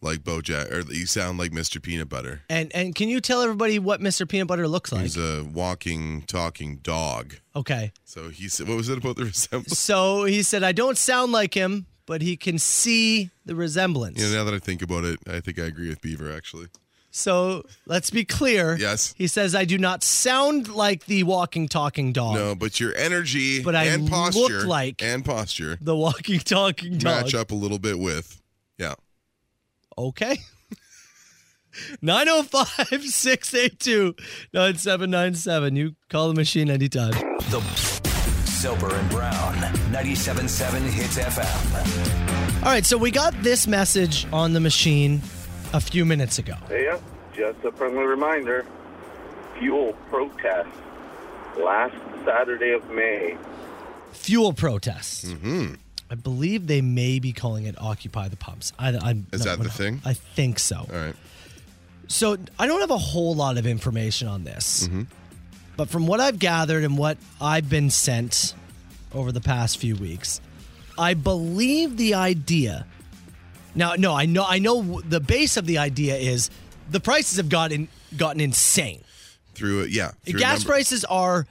like BoJack, or that you sound like Mr. Peanut Butter.
And and can you tell everybody what Mr. Peanut Butter looks like?
He's a walking, talking dog.
Okay.
So he said, "What was it about the resemblance?"
So he said, I don't sound like him, but he can see the resemblance.
Yeah, now that I think about it, I think I agree with Beaver. Actually,
So let's be clear.
Yes.
He says, I do not sound like the walking, talking dog.
no, but your energy
But I
and
look
posture
like
and posture
The walking, talking dog.
match up a little bit with, yeah.
Okay. 905 682 9797. You call the machine anytime.
The Soper and Brown, 97.7 Hits FM.
All right. So we got this message on the machine a few minutes ago.
Yeah, just a friendly reminder. Fuel protest last Saturday of May.
Fuel protests. Mm-hmm. I believe they may be calling it Occupy the Pumps. I, I,
Is that the thing?
I think so.
All right,
So I don't have a whole lot of information on this,
Mm-hmm.
but from what I've gathered and what I've been sent over the past few weeks, I believe the idea. Now, no, I know, I know the base of the idea is the prices have gotten gotten insane.
through it, yeah. Through a
Gas
number-
prices are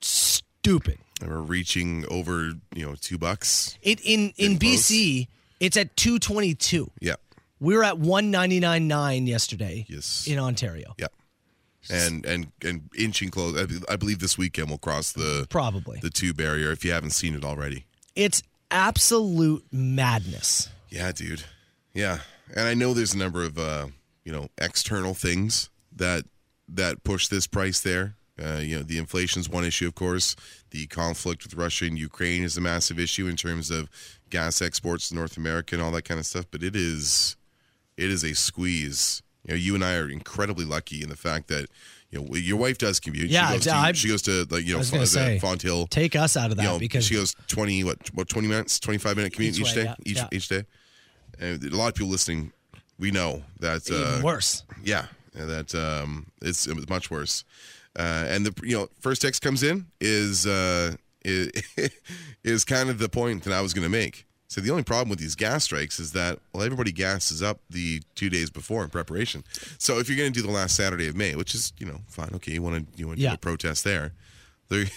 stupid.
And we're reaching over, you know, two bucks.
It in in
Getting close.
BC, it's at two twenty two.
Yeah,
We were at one ninety nine nine yesterday.
Yes.
in Ontario,
yeah. And and and inching close. I, be- I believe this weekend we'll cross the
probably.
the two barrier if you haven't seen it already.
It's absolute madness.
Yeah, dude. Yeah, and I know there's a number of uh, you know external things that that push this price there. Uh, you know, the inflation's one issue, of course. The conflict with Russia and Ukraine is a massive issue in terms of gas exports to North America and all that kind of stuff. But it is it is a squeeze. You know, you and I are incredibly lucky in the fact that you know your wife does commute.
Yeah,
she goes,
I-
to, she goes to like you know
was gonna
Fon-
say,
the Font Hill
Take us out of that
you know,
because
she goes twenty what what twenty minutes, twenty five minute commute
Each
each,
way,
day,
yeah,
each
yeah.
each day. And a lot of people listening, we know that uh,
even worse.
yeah, and that um, it's it was much worse. Uh, and the you know first text comes in is uh, is, is kind of the point that I was going to make. So the only problem with these gas strikes is that well everybody gasses up the two days before in preparation. So if you're going to do the last Saturday of May, which is you know fine, okay, you want to you want to
Yeah.
do a protest there, there.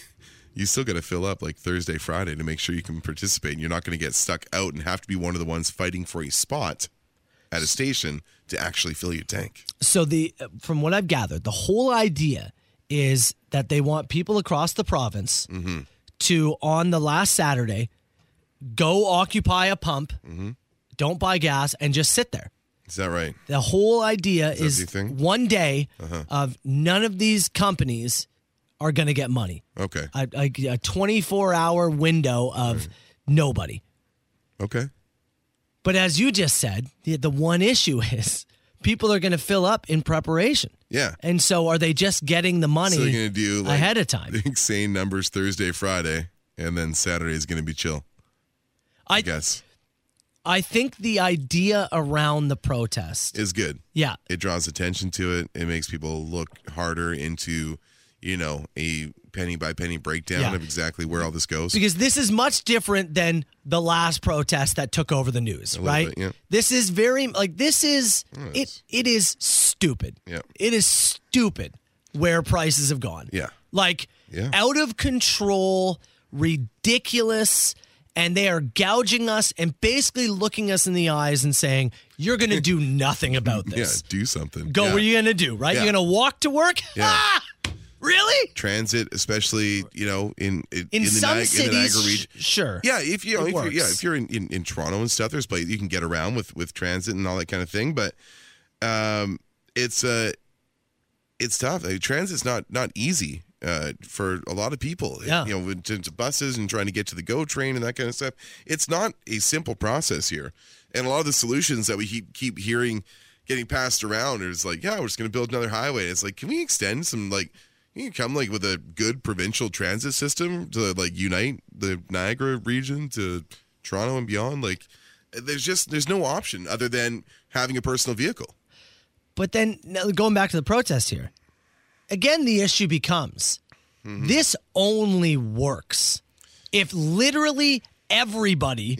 You still got to fill up like Thursday, Friday to make sure you can participate. And you're not going to get stuck out and have to be one of the ones fighting for a spot at a station to actually fill your tank.
So the from what I've gathered, the whole idea is that they want people across the province
Mm-hmm.
to on the last Saturday go occupy a pump,
Mm-hmm.
don't buy gas, and just sit there.
Is that right?
The whole idea
that
is,
the thing?
one day
Uh-huh.
of none of these companies are going to get money.
Okay.
A, a, a 24 hour window of nobody.
Okay.
But as you just said, the, the one issue is people are going to fill up in preparation.
Yeah.
And so are they just getting the money
So they're gonna do like
ahead of time?
the insane numbers Thursday, Friday, and then Saturday is gonna be chill. I
I,
guess
I think the idea around the protest.
is good.
yeah.
It draws attention to it. It makes people look harder into, you know, a penny by penny breakdown
Yeah.
of exactly where all this goes.
Because this is much different than the last protest that took over the news,
little
right?
bit, yeah.
This is very like this is it
it's-
it is stupid.
Yeah.
It is stupid where prices have gone.
yeah.
Like
Yeah.
out of control, ridiculous, and they are gouging us and basically looking us in the eyes and saying, You're going to do nothing about this.
do something.
Go,
Yeah.
what are you going to do, right?
Yeah.
You're going to walk to work?
Yeah.
Really?
Transit, especially you know in in,
In
the
some
Ni- in the
cities,
Niagara region.
sh- sure.
Yeah, if you, know,
It
if you're, yeah,
works.
if you're in, in, in Toronto and stuff, there's place you can get around with with transit and all that kind of thing. But um, it's uh, it's tough. Like, transit's not not easy uh, for a lot of people.
Yeah.
you know, with to, to buses and trying to get to the GO train and that kind of stuff. It's not a simple process here, and a lot of the solutions that we keep keep hearing getting passed around is like, yeah, we're just going to build another highway. It's like, can we extend some like? Can you come like with a good provincial transit system to like unite the Niagara region to Toronto and beyond? Like, there's just there's no option other than having a personal vehicle.
But then now going back to the protest here, again, the issue becomes
Mm-hmm.
this only works if literally everybody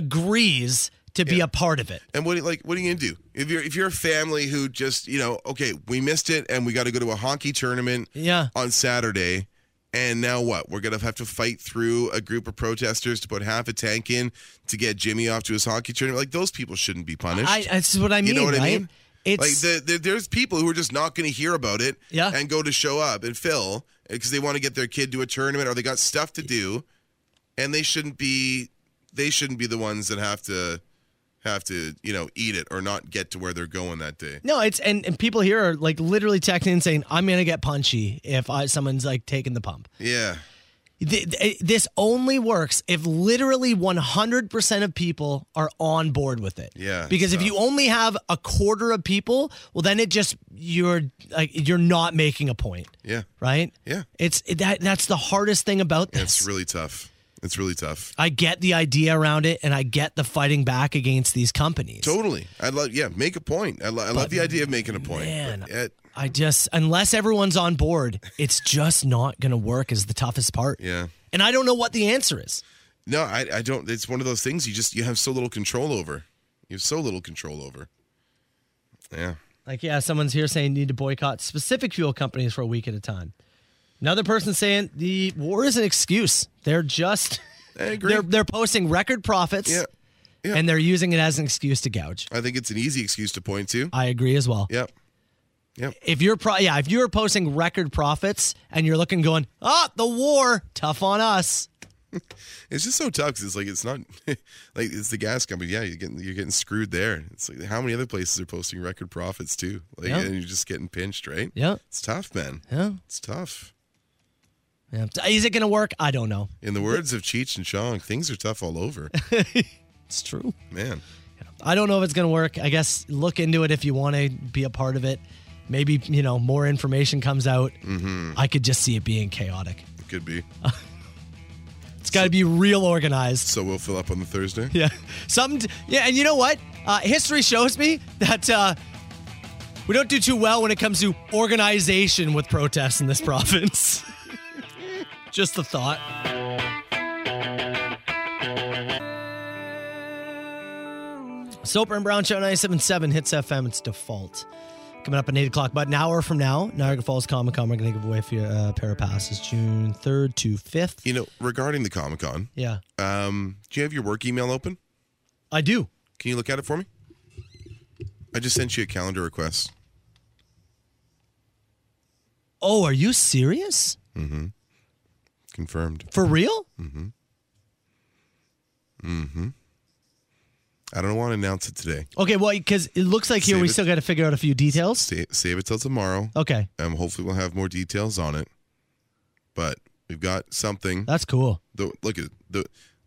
agrees to be a part of it.
And what like what are you gonna do if you're if you're a family who just you know okay we missed it and we got to go to a hockey tournament
Yeah.
on Saturday and now what we're gonna have to fight through a group of protesters to put half a tank in to get Jimmy off to his hockey tournament like those people shouldn't be punished.
I, this is what I mean,
you know what
right?
I mean?
It's
like the, the, there's people who are just not going to hear about it
Yeah.
and go to show up and fill because they want to get their kid to a tournament or they got stuff to do, and they shouldn't be they shouldn't be the ones that have to have to you know eat it or not get to where they're going that day.
no, it's and, and people here are like literally texting and saying, "I'm gonna get punchy if I someone's like taking the pump."
Yeah,
Th- th- This only works if literally 100% of people are on board with it.
yeah.
because if
so-
you only have a quarter of people, well, then it just you're like you're not making a point,
yeah,
right?
Yeah.
it's it- that that's the hardest thing about this.
it's really tough. It's really tough.
I get the idea around it, and I get the fighting back against these companies.
Totally. I love. Yeah, make a point. I, lo- I love the idea of making a point.
man,
but it-
I just unless everyone's on board, it's just not going to work. Is the toughest part,
yeah.
and I don't know what the answer is.
No, I, I don't. It's one of those things you just you have so little control over. You have so little control over. Yeah.
Like, yeah, someone's here saying need to boycott specific fuel companies for a week at a time. Another person saying the war is an excuse. They're just
I agree.
they're they're posting record profits.
Yeah. Yeah.
And they're using it as an excuse to gouge.
I think it's an easy excuse to point to.
I agree as well.
Yep.
If you're pro- yeah, if you're posting record profits and you're looking going, "Ah, the war, tough on us."
It's just so tough 'cause it's like it's not like it's the gas company. Yeah, you're getting you're getting screwed there. It's like how many other places are posting record profits too? Like
Yeah.
and you're just getting pinched, right?
Yeah.
It's tough, man.
Yeah.
It's tough.
yeah. Is it going to work? I don't know.
In the words of Cheech and Chong, things are tough all over.
It's true.
man.
I don't know if it's going to work. I guess look into it if you want to be a part of it. Maybe, you know, more information comes out. I could just see it being chaotic.
It could be.
It's got to be real organized.
So we'll fill up on the Thursday.
Yeah. Something. yeah. And you know what? Uh, history shows me that uh, we don't do too well when it comes to organization with protests in this province. Just the thought. Soper and Brown Show 977 hits FM. It's default. Coming up at 8 o'clock, but an hour from now, Niagara Falls Comic Con, we're going to give away a few, uh, pair of passes June 3rd to 5th.
You know, regarding the Comic Con,
Yeah.
um, do you have your work email open?
I do.
Can you look at it for me? I just sent you a calendar request.
Oh, are you serious?
Confirmed.
For real?
I don't want to announce it today.
Okay, well, because it looks like here
Save
we
it.
still got to figure out a few details.
Save, save it till tomorrow.
Okay,
Um, hopefully, we'll have more details on it. But we've got something.
that's cool.
The, look at the.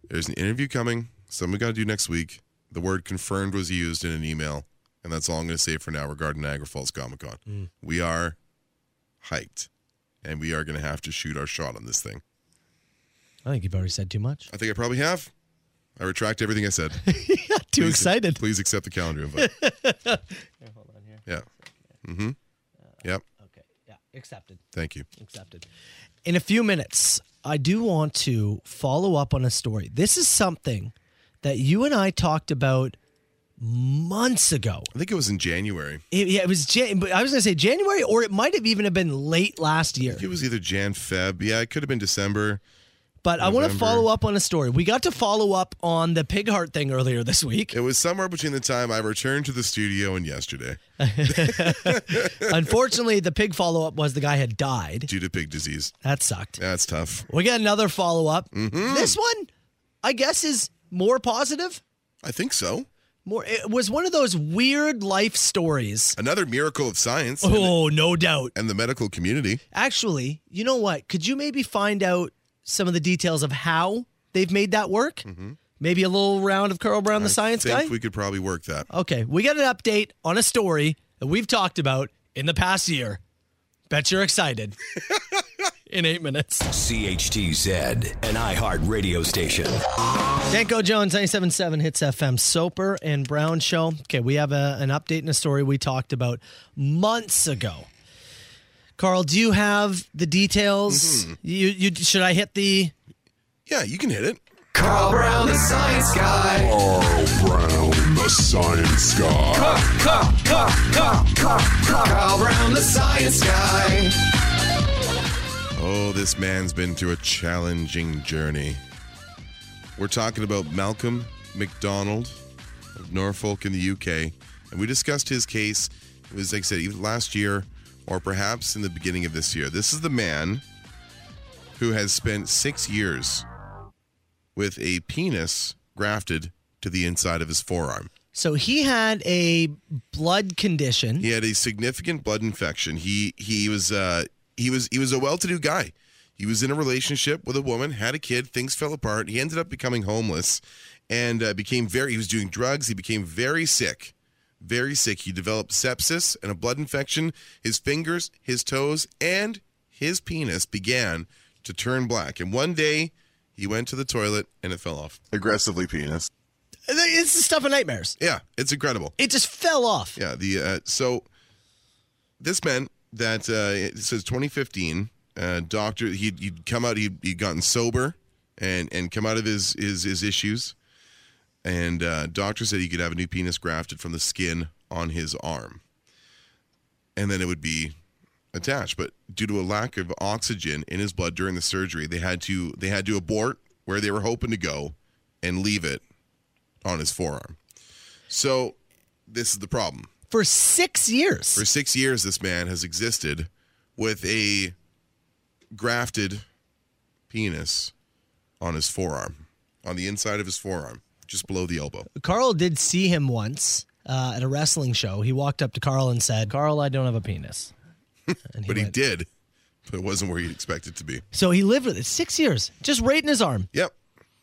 There's an interview coming. Something we got to do next week. The word confirmed was used in an email, and that's all I'm going to say for now regarding Niagara Falls Comic Con. We are hyped, and we are going to have to shoot our shot on this thing.
I think you've already said too much.
I think I probably have. I retract everything I said.
Not too
Please-
excited.
Please accept the calendar invite. Yeah. Mm-hmm. Yep.
Okay, yeah, accepted,
Thank you.
accepted. In a few minutes, I do want to follow up on a story. This is something that you and I talked about months ago.
I think it was in January.
It, yeah, it was Jan- but I was going to say January, or it might have even have been late last year.
It was either Jan, Feb. Yeah, it could have been December.
But I want to
November.
follow up on a story. We got to follow up on the pig heart thing earlier this week.
It was somewhere between the time I returned to the studio and yesterday
Unfortunately, the pig follow up was the guy had died.
due to pig disease.
That sucked.
That's tough.
We got another follow up.
Mm-hmm.
This one, I guess, is more positive.
I think so.
More. It was one of those weird life stories.
Another miracle of science.
Oh, no doubt.
And the medical community.
Actually, you know what? Could you maybe find out some of the details of how they've made that work? Maybe a little round of Carl Brown, the science
Mm-hmm. think
guy?
we could probably work that.
Okay, we got an update on a story that we've talked about in the past year. Bet you're excited. in eight minutes.
CHTZ, an iHeart radio station.
Danko Jones, 97.7 Hits FM, Soper and Brown Show. Okay, we have a, an update and a story we talked about months ago. Carl, do you have the details? You, you Should I hit the.
Yeah, you can hit it.
Carl Brown, the science guy.
Carl Brown, the science guy.
Carl, Carl, Carl, Carl, Carl, Carl, Carl Brown, the science guy.
Oh, this man's been through a challenging journey. We're talking about Malcolm McDonald of Norfolk in the UK. And we discussed his case. It was, like I said, either last year or perhaps in the beginning of this year. This is the man who has spent six years with a penis grafted to the inside of his forearm.
So he had a blood condition.
He had a significant blood infection. He he was uh he was he was a well-to-do guy. He was in a relationship with a woman, had a kid. Things fell apart. He ended up becoming homeless, and uh, became very. He was doing drugs. He became very sick, very sick. He developed sepsis and a blood infection. His fingers, his toes, and his penis began to turn black. And one day, he went to the toilet and it fell off. Aggressively penis.
It's the stuff of nightmares.
Yeah, it's incredible.
It just fell off.
Yeah, the uh, so this meant that uh, it says 2015. Uh, doctor, he'd, he'd come out. He'd, he'd gotten sober and and come out of his his, his issues. And uh, doctor said he could have a new penis grafted from the skin on his arm, and then it would be attached. But due to a lack of oxygen in his blood during the surgery, they had to they had to abort where they were hoping to go and leave it on his forearm. So this is the problem.
For six years.
For six years, this man has existed with a grafted penis on his forearm, on the inside of his forearm, just below the elbow.
Carl did see him once uh, at a wrestling show. He walked up to Carl and said, Carl, I don't have a penis.
but he did, but it wasn't where he'd expect it to be.
So he lived with it six years, just right in his arm.
Yep.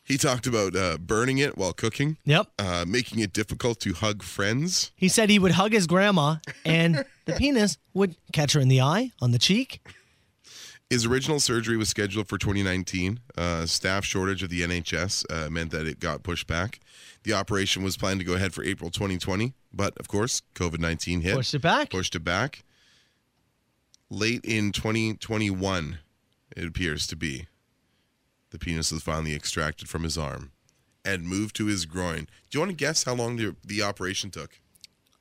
He talked about uh, burning it while cooking.
Yep.
Uh, making it difficult to hug friends.
He said he would hug his grandma and the penis would catch her in the eye, on the cheek.
His original surgery was scheduled for 2019. Uh, staff shortage of the NHS uh, meant that it got pushed back. The operation was planned to go ahead for April 2020, but of course, COVID 19 hit.
Pushed it back.
Pushed it back. Late in 2021, it appears to be. The penis was finally extracted from his arm and moved to his groin. Do you want to guess how long the, the operation took?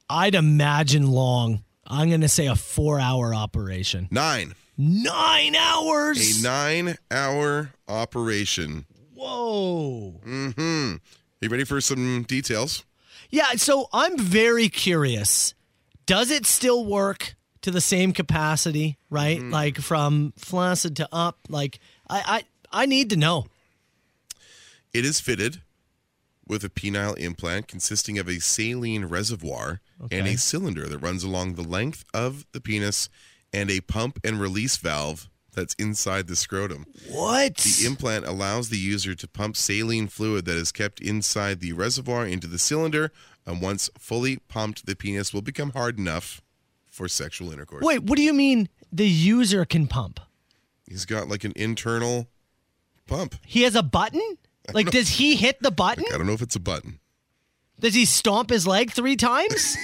I'd imagine long. I'm going to say a four hour operation.
Nine.
Nine hours.
A nine hour operation.
Whoa.
Mm-hmm. You ready for some details?
Yeah, so I'm very curious. Does it still work to the same capacity, right? Like from flaccid to up? Like, I, I, I need to know.
It is fitted with a penile implant consisting of a saline reservoir and
Okay.
a cylinder that runs along the length of the penis and a pump and release valve that's inside the scrotum.
What?
The implant allows the user to pump saline fluid that is kept inside the reservoir into the cylinder, and once fully pumped, the penis will become hard enough for sexual intercourse.
Wait, what do you mean the user can pump?
He's got like an internal pump.
He has a button? Like, does he hit the button?
I don't know if it's a button.
Does he stomp his leg three times?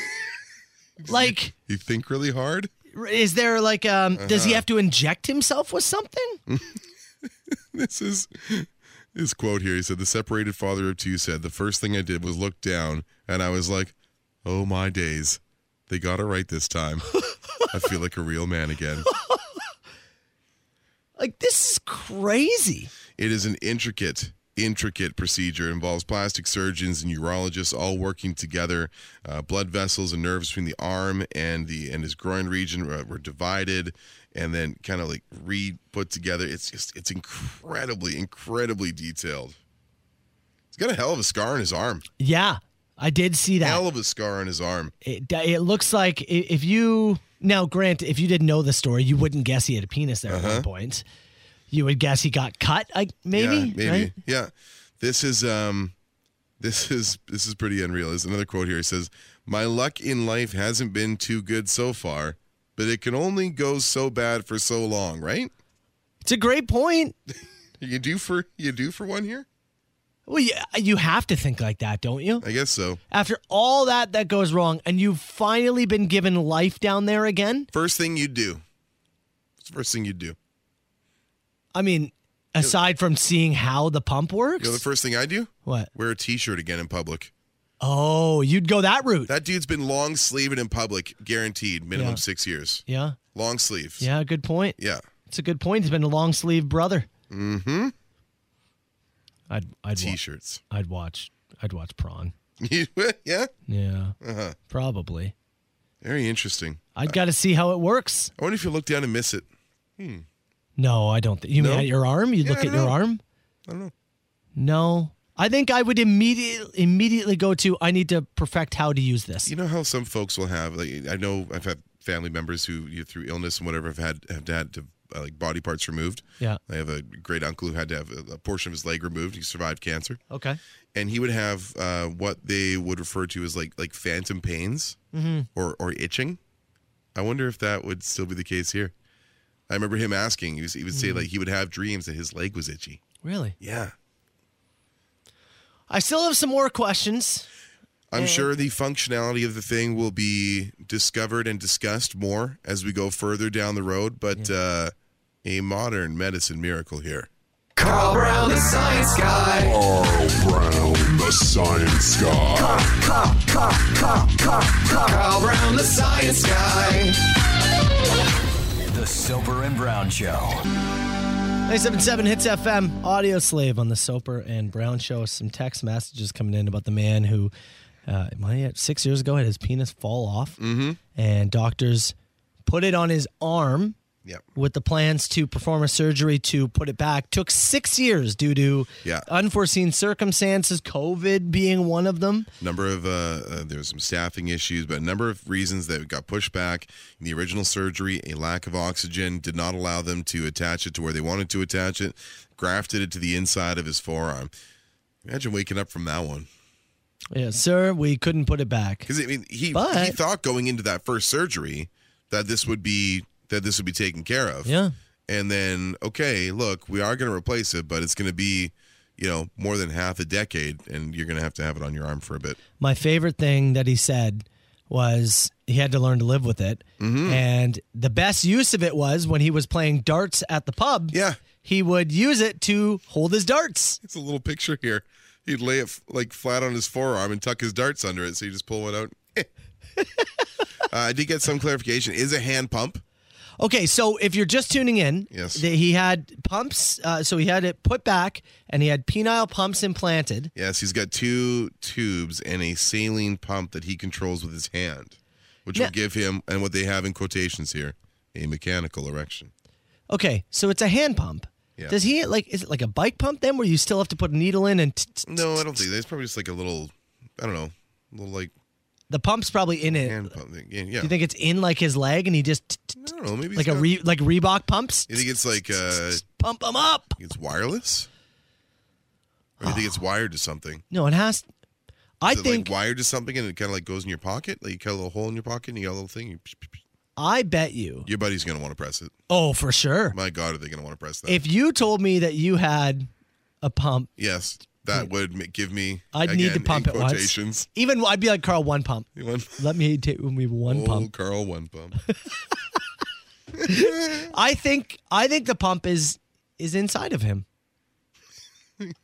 like,
You think really hard?
is there like, um, does he
Uh-huh.
have to inject himself with something?
this is his quote here. He said, The separated father of two said, The first thing I did was look down, and I was like, Oh my days. They got it right this time. I feel like a real man again.
Like, this is crazy.
It is an intricate, intricate procedure. It involves plastic surgeons and urologists all working together. Uh, blood vessels and nerves between the arm and the and his groin region were, were divided and then kind of like re put together. It's just it's incredibly, incredibly detailed. He's got a hell of a scar on his arm.
Yeah, I did see that.
Hell of a scar on his arm.
It, it looks like i- if you now, Grant, if you didn't know the story, you wouldn't guess he had a penis there at
Uh-huh.
one point. You would guess he got cut, I, maybe.
Yeah, maybe.
right?
Yeah. This is um this is this is pretty unreal. There's another quote here. It says, My luck in life hasn't been too good so far, but it can only go so bad for so long, right?
It's a great point.
You do for you do for one here?
Well, you, you have to think like that, don't you?
I guess so.
After all that that goes wrong, and you've finally been given life down there again.
First thing you do. It's the first thing you do.
I mean, aside from seeing how the pump works,
You know the first thing I do?
What?
Wear a t shirt again in public.
oh, you'd go that route.
That dude's been long sleeving in public, guaranteed, minimum
Yeah.
six years.
yeah,
Long sleeves.
yeah, good point.
Yeah.
It's a good point. He's been a long sleeve brother.
Mm-hmm.
I'd, I'd, wa-
T-shirts.
I'd watch, I'd watch Prawn.
yeah.
Yeah,
Uh-huh.
probably.
Very interesting.
I'd got to see how it works.
I wonder if you look down and miss it. Hmm.
No, I don't think. You mean
No?
at your arm? You
Yeah,
look
I
at
don't
your
know.
arm?
I don't know.
No. I think I would immediately immediately go to I need to perfect how to use this.
You know how some folks will have like I know I've had family members who you know, through illness and whatever have had have had to uh, like body parts removed.
Yeah.
I have a great uncle who had to have a, a portion of his leg removed. He survived cancer,
Okay.
and he would have uh, what they would refer to as like like phantom pains
Mhm.
or or itching. I wonder if that would still be the case here. I remember him asking. He, was, he would say like he would have dreams that his leg was itchy.
Really?
Yeah.
I still have some more questions.
I'm sure the functionality of the thing will be discovered and discussed more as we go further down the road, but uh, a modern medicine miracle here.
Carl Brown, the science guy.
Carl Brown, the science guy.
Carl, Carl, Carl, Carl, Carl. Carl Brown, the science guy.
The Soper and Brown Show.
977 Hits FM Audio Slave on the Soper and Brown show. Some text messages coming in about the man who uh, am I at- 6 years ago had his penis fall off
Mm-hmm.
and doctors put it on his arm
Yep.
with the plans to perform a surgery to put it back. Took 6 years due to
Yeah.
unforeseen circumstances, COVID being one of them.
Number of uh, uh, there was some staffing issues, but a number of reasons that it got pushed back. In the original surgery, a lack of oxygen did not allow them to attach it to where they wanted to attach it. Grafted it to the inside of his forearm. Imagine waking up from that one.
Yeah, sir, we couldn't put it back.
Because I mean, he he
But-
thought going into that first surgery that this would be that this would be taken care of.
Yeah.
And then, okay, look, we are going to replace it, but it's going to be, you know, more than half a decade, and you're going to have to have it on your arm for a bit.
my favorite thing that he said was he had to learn to live with it.
Mm-hmm.
And the best use of it was when he was playing darts at the pub.
Yeah.
He would use it to hold his darts.
It's a little picture here. He'd lay it f- like flat on his forearm and tuck his darts under it, so you just pull one out. uh, I did get some clarification. Is a hand pump?
Okay, so if you're just tuning in,
Yes.
th- he had pumps. Uh, so he had it put back and he had penile pumps implanted.
Yes, he's got two tubes and a saline pump that he controls with his hand, which
Yeah.
will give him, and what they have in quotations here, a mechanical erection.
Okay, so it's a hand pump.
Yeah.
Does he like, is it like a bike pump then where you still have to put a needle in and t- t-
No, I don't think that. It's probably just like a little, I don't know, little like
the pump's probably in it?
hand pump thing. Yeah.
Do you think it's in like his leg and he just t- t-
I don't know. Maybe
like
he's
a
got-
re- like Reebok pumps?
You think it's like uh,
Pump them up.
it's wireless? Or you think it's wired to something?
No, it has. I
Is it,
think.
like wired to something and it kind of like goes in your pocket. Like you cut a little hole in your pocket and you got a little thing. You
I bet you.
Your buddy's gonna want to press it.
Oh, for sure.
My God, are they gonna want to press that?
If you told me that you had a pump,
yes, that would ma- give me.
I'd need to
again,
pump
in
it once.
quotations.
even I'd be like Carl, one pump.
One
Let me take me one
Oh,
pump.
Carl, one pump.
I think. I think the pump is is inside of him.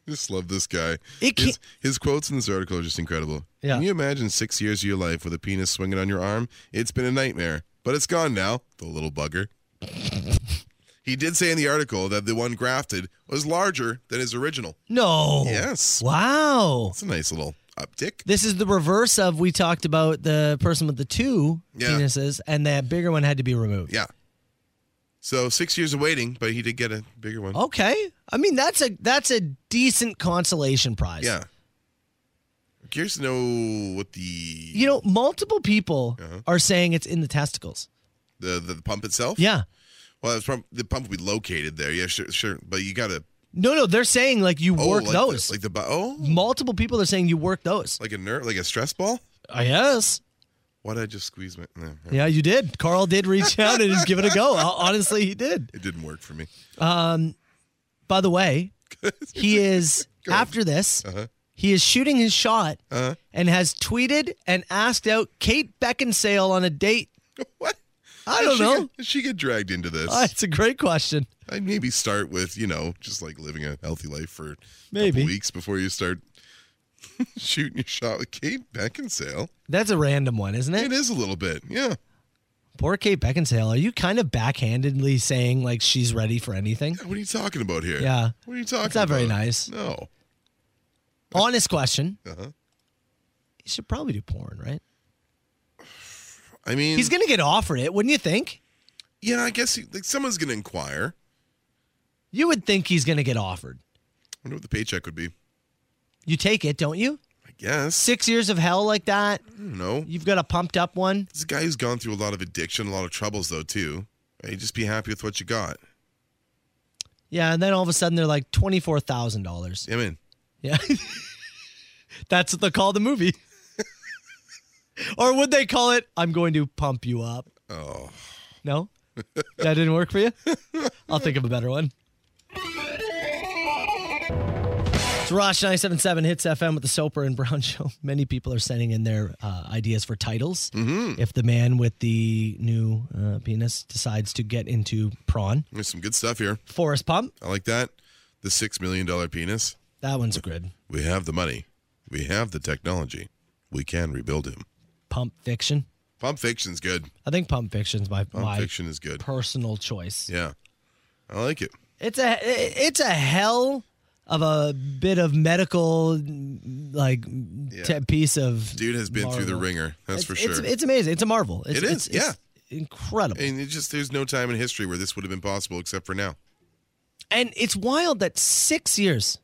just love this guy.
It can't-
His, his quotes in this article are just incredible.
Yeah.
Can you imagine six years of your life with a penis swinging on your arm? It's been a nightmare, but it's gone now. The little bugger. He did say in the article that the one grafted was larger than his original.
No.
Yes.
Wow.
It's a nice little uptick.
This is the reverse of we talked about the person with the two
Yeah.
penises, and that bigger one had to be removed.
Yeah. So six years of waiting, but he did get a bigger
Oh,
one.
Okay. I mean, that's a that's a decent consolation prize.
Yeah. I'm curious to know what the
You know, multiple people
Uh-huh.
are saying it's in the testicles.
the, the pump itself.
Yeah.
Well, it's from, the pump will be located there. Yeah, sure, sure. But you gotta
No, no, they're saying like you
oh,
work
like
those.
the, like the bu- oh,
multiple people are saying you work those.
like a nerve, like a stress ball.
I guess.
Why did I just squeeze my? No, no.
Yeah, you did. Carl did reach out and just give it a go. Ho- Honestly, he did.
It didn't work for me.
Um, by the way, he is after this.
Uh-huh.
He is shooting his shot and has tweeted and asked out Kate Beckinsale on a date.
What?
I
How'd
don't
she
know.
Get, how'd she get dragged into this.
Ah, it's a great question.
I'd maybe start with you know just like living a healthy life for a couple
Maybe.
weeks before you start shooting your shot with Kate Beckinsale.
That's a random one, isn't it?
It is a little bit, yeah.
Poor Kate Beckinsale. Are you kind of backhandedly saying like she's ready for anything?
What are you talking about here?
Yeah.
What are you talking?
It's not very nice.
No.
Honest question.
Uh-huh.
He should probably do porn, right?
I mean,
He's gonna get offered it, wouldn't you think?
yeah. I guess he, like someone's gonna inquire.
You would think he's gonna get offered.
wonder what the paycheck would be.
You take it, don't you?
I guess.
Six years of hell like that.
No.
You've got a pumped up one.
This guy who's gone through a lot of addiction, a lot of troubles though too. Right? Just be happy with what you got.
Yeah, and then all of a sudden they're like twenty four thousand dollars.
I mean,
Yeah. That's what they call the movie. or would they call it I'm going to pump you up?
oh,
No? That didn't work for you? I'll think of a better one. It's Rosh 977 Hits FM with the Soper and Brown Show. Many people are sending in their uh, ideas for titles.
Mm-hmm.
If the man with the new uh, penis decides to get into prawn,
there's some good stuff here.
Forest Pump,
I like that. The six million dollar penis.
that one's good.
We have the money. We have the technology. We can rebuild him.
Pump Fiction.
Pump Fiction's good.
I think Pump Fiction's my,
Pump
my
Fiction is good.
personal choice.
Yeah, I like it.
It's a it's a hell of a bit of medical like te- piece of
Dude has been through the
marvel.
ringer. That's
it's,
for sure.
It's, it's amazing. It's a marvel. It's,
It is,
it's- it's incredible.
and it just there's no time in history where this would have been possible except for now.
And it's wild that six years,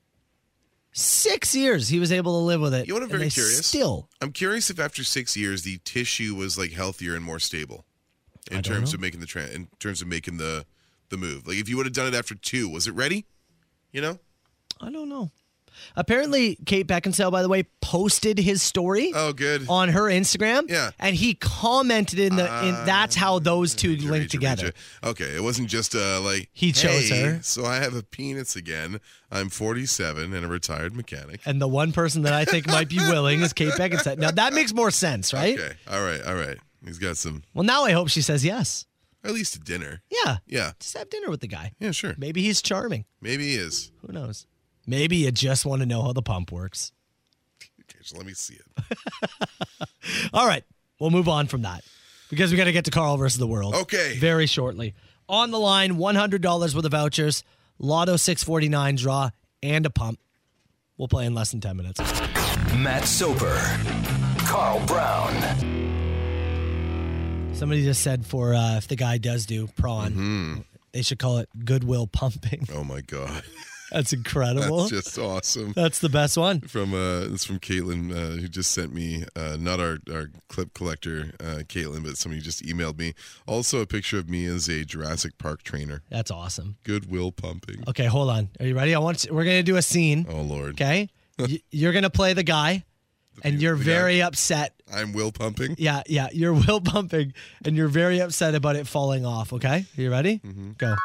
six years he was able to live with it.
You know what I'm
and
very
they
curious?
Still,
I'm curious if after six years the tissue was like healthier and more stable in terms of making the tran in terms of making the the move. Like if you would have done it after two, was it ready? You know?
I don't know. Apparently, Kate Beckinsale, by the way, posted his story
Oh, good.
on her Instagram.
Yeah. Ah,
and he commented in the. in, that's how those two link together.
Okay, it wasn't just uh like
He chose
"Hey,
her."
So I have a penis again. I'm 47 and a retired mechanic.
And the one person that I think might be willing is Kate Beckinsale. Now that makes more sense, right?
Okay, all right, all right. He's got some
Well, now I hope she says yes.
at least a dinner.
Yeah.
Yeah,
Just have dinner with the guy.
yeah, sure.
Maybe he's charming.
Maybe he is.
Who knows? Maybe you just want to know how the pump works.
Okay, so let me see it.
All right. We'll move on from that because we got to get to Carl versus the world.
Okay.
Very shortly. On the line, $100 worth of vouchers, Lotto 649 draw, and a pump. We'll play in less than 10 minutes.
Matt Soper, Carl Brown.
Somebody just said for uh, if the guy does do prawn,
Mm-hmm.
they should call it Goodwill Pumping.
Oh my god,
That's incredible.
that's just awesome.
That's the best one.
from uh it's from Caitlin uh, who just sent me uh not our our clip collector uh Caitlin but somebody just emailed me also a picture of me as a Jurassic Park trainer
That's awesome.
goodwill pumping
Okay, hold on. Are you ready? I want we're gonna do a scene.
oh lord
Okay, Y- you're gonna play the guy, and you're
the guy.
very upset.
I'm will pumping
Yeah, yeah. You're will pumping, and you're very upset about it falling off. Okay, you ready?
Mm-hmm.
Go.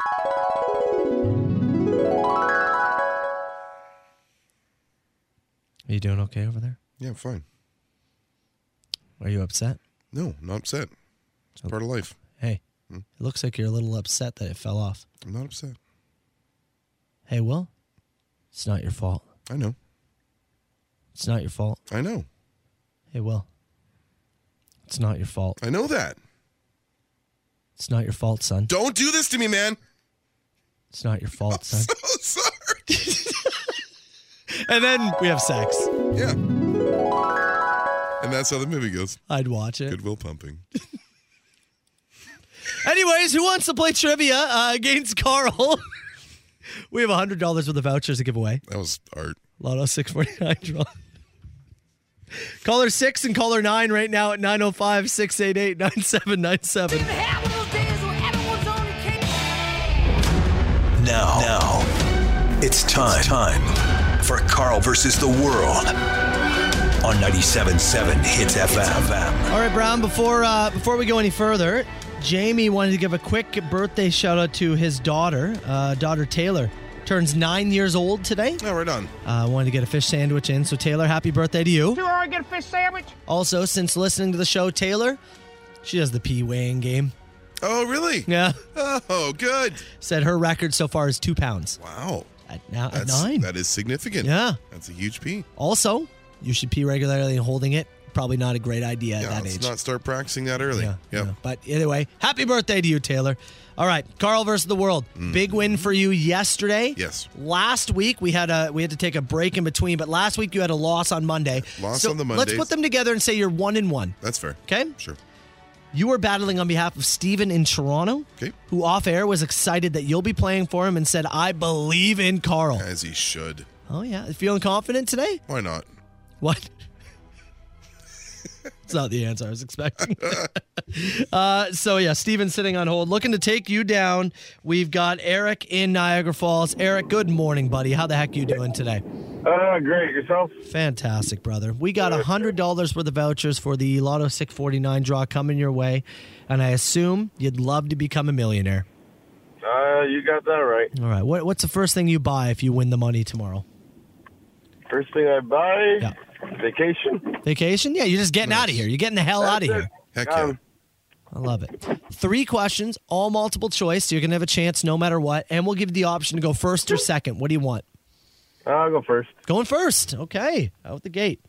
Are you doing okay over there?
yeah I'm fine
Are you upset?
no not upset it's part of life
Hey,
Hmm?
it looks like you're a little upset that it fell off.
I'm not upset
Hey, Will, it's not your fault.
I know
It's not your fault.
I know
Hey, Will, it's not your fault.
I know that
It's not your fault, son.
don't do this to me man
It's not your fault, son. and then we have sex.
Yeah. And that's how the movie goes.
I'd watch it.
Goodwill pumping.
Anyways, who wants to play trivia uh, against Carl? we have $100 worth of vouchers to give away.
That was art.
Lotto 649 draw. Caller 6 and caller 9 right now at 905 688 9797.
Now, now, it's time, time for Carl versus the world on 97.7 Hits FM.
All right, Brown. Before uh, before we go any further, Jamie wanted to give a quick birthday shout out to his daughter, uh, daughter Taylor. Turns nine years old today.
Yeah, right on.
Uh, wanted to get a fish sandwich in. So Taylor, happy birthday to you.
Do I get a fish sandwich?
Also, since listening to the show, Taylor, she does the pee weighing game.
Oh, really?
Yeah.
Oh, good.
Said her record so far is two pounds.
Wow.
At now at
That's-
nine.
That is significant.
Yeah.
That's a huge pee.
Also, you should pee regularly and holding it. Probably not a great idea at
Yeah,
that
let's
age.
not start practicing that early.
Yeah,
Yep.
But either way, happy birthday to you, Taylor. All right, Carl versus the world. Big win for you yesterday.
Mm. Yes.
Last week we had a we had to take a break in between, but last week you had a loss on Monday.
Loss
So
on the
Let's
Mondays.
put them together and say you're one and one.
That's fair.
Okay.
Sure.
You were battling on behalf of Steven in Toronto,
Okay.
who off air was excited that you'll be playing for him and said, "I believe in Carl."
As he should.
Oh yeah, feeling confident today?
Why not?
What? It's not the answer I was expecting. uh, so yeah, Steven's sitting on hold, looking to take you down. We've got Eric in Niagara Falls. Eric, good morning, buddy. How the heck you doing today?
Uh, great. Yourself?
Fantastic, brother. We got hundred dollars worth of vouchers for the Lotto 649 draw coming your way, and I assume you'd love to become a millionaire.
Ah,
Uh, you got that right.
All right, what, what's the first thing you buy if you win the money tomorrow?
First thing I buy, vacation.
Vacation? Yeah, you're just getting out of here. You're getting the hell out of here.
Heck
yeah.
I love it. Three questions, all multiple choice. So you're going to have a chance no matter what. And we'll give you the option to go first or second. What do you want?
I'll go first.
Going first. Okay. Out the gate.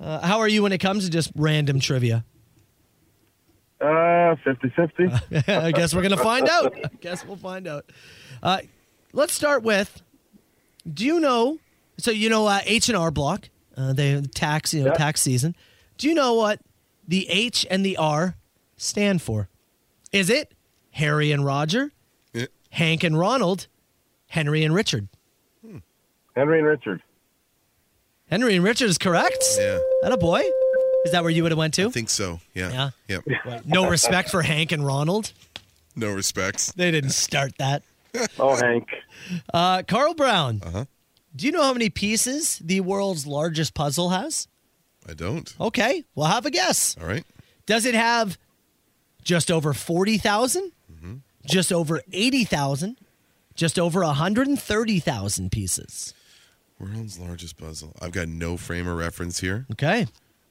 Uh, how are you when it comes to just random trivia?
Uh, 50 50.
I guess we're going to find out. I guess we'll find out. Uh, let's start with do you know? So, you know, uh, H&R Block, uh, they tax, you know, tax season. Do you know what the H and the R stand for? Is it Harry and Roger?
Yeah.
Hank and Ronald, Henry and Richard.
Henry and Richard.
Henry and Richard is correct.
Yeah.
That a boy? Is that where you would have went to?
I think so. Yeah.
Yeah.
Yep.
No respect for Hank and Ronald.
No respects.
They didn't start that.
Oh, Hank.
Uh, Carl Brown. Uh-huh. Do you know how many pieces the world's largest puzzle has?
I don't.
Okay, well have a guess.
All right.
Does it have just over 40,000?
Mm-hmm.
Just over 80,000? Just over 130,000 pieces?
World's largest puzzle. I've got no frame of reference here.
Okay.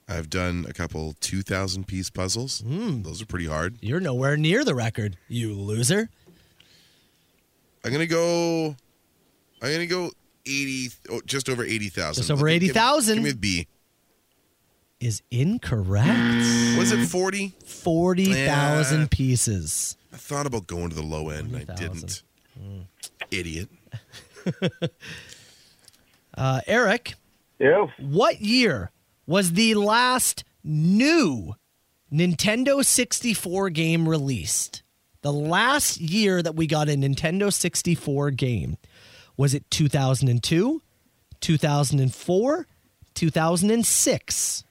I've done a couple 2,000 piece puzzles.
Hmm.
Those are pretty hard.
You're nowhere near the record, you loser.
I'm going to go. I'm going to go 80, oh, just over 80,000.
Just over
Give- give-
80,000.
Give me a B.
Is incorrect.
Was it 40?
40,000
Yeah.
pieces.
I thought about going to the low end and I
20,000.
didn't.
Mm.
Idiot.
Uh, Eric.
Yeah.
What year was the last new Nintendo 64 game released? The last year that we got a Nintendo 64 game. Was it 2002, 2004, 2006?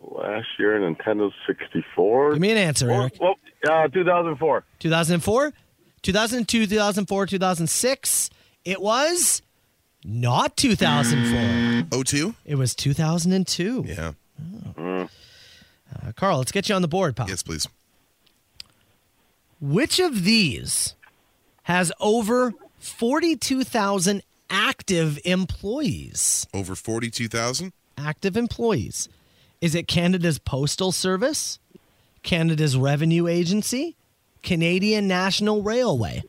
Last year, Nintendo 64.
Give me an answer, Eric.
Well, uh, 2004.
2004, 2002, 2004, 2006. It was not 2004.
O two.
It was 2002.
Yeah.
Uh, Carl, let's get you on the board, pal.
Yes, please.
Which of these has over 42,000 active employees?
Over 42,000?
Active employees. Is it Canada's Postal Service, Canada's Revenue Agency, Canadian National Railway?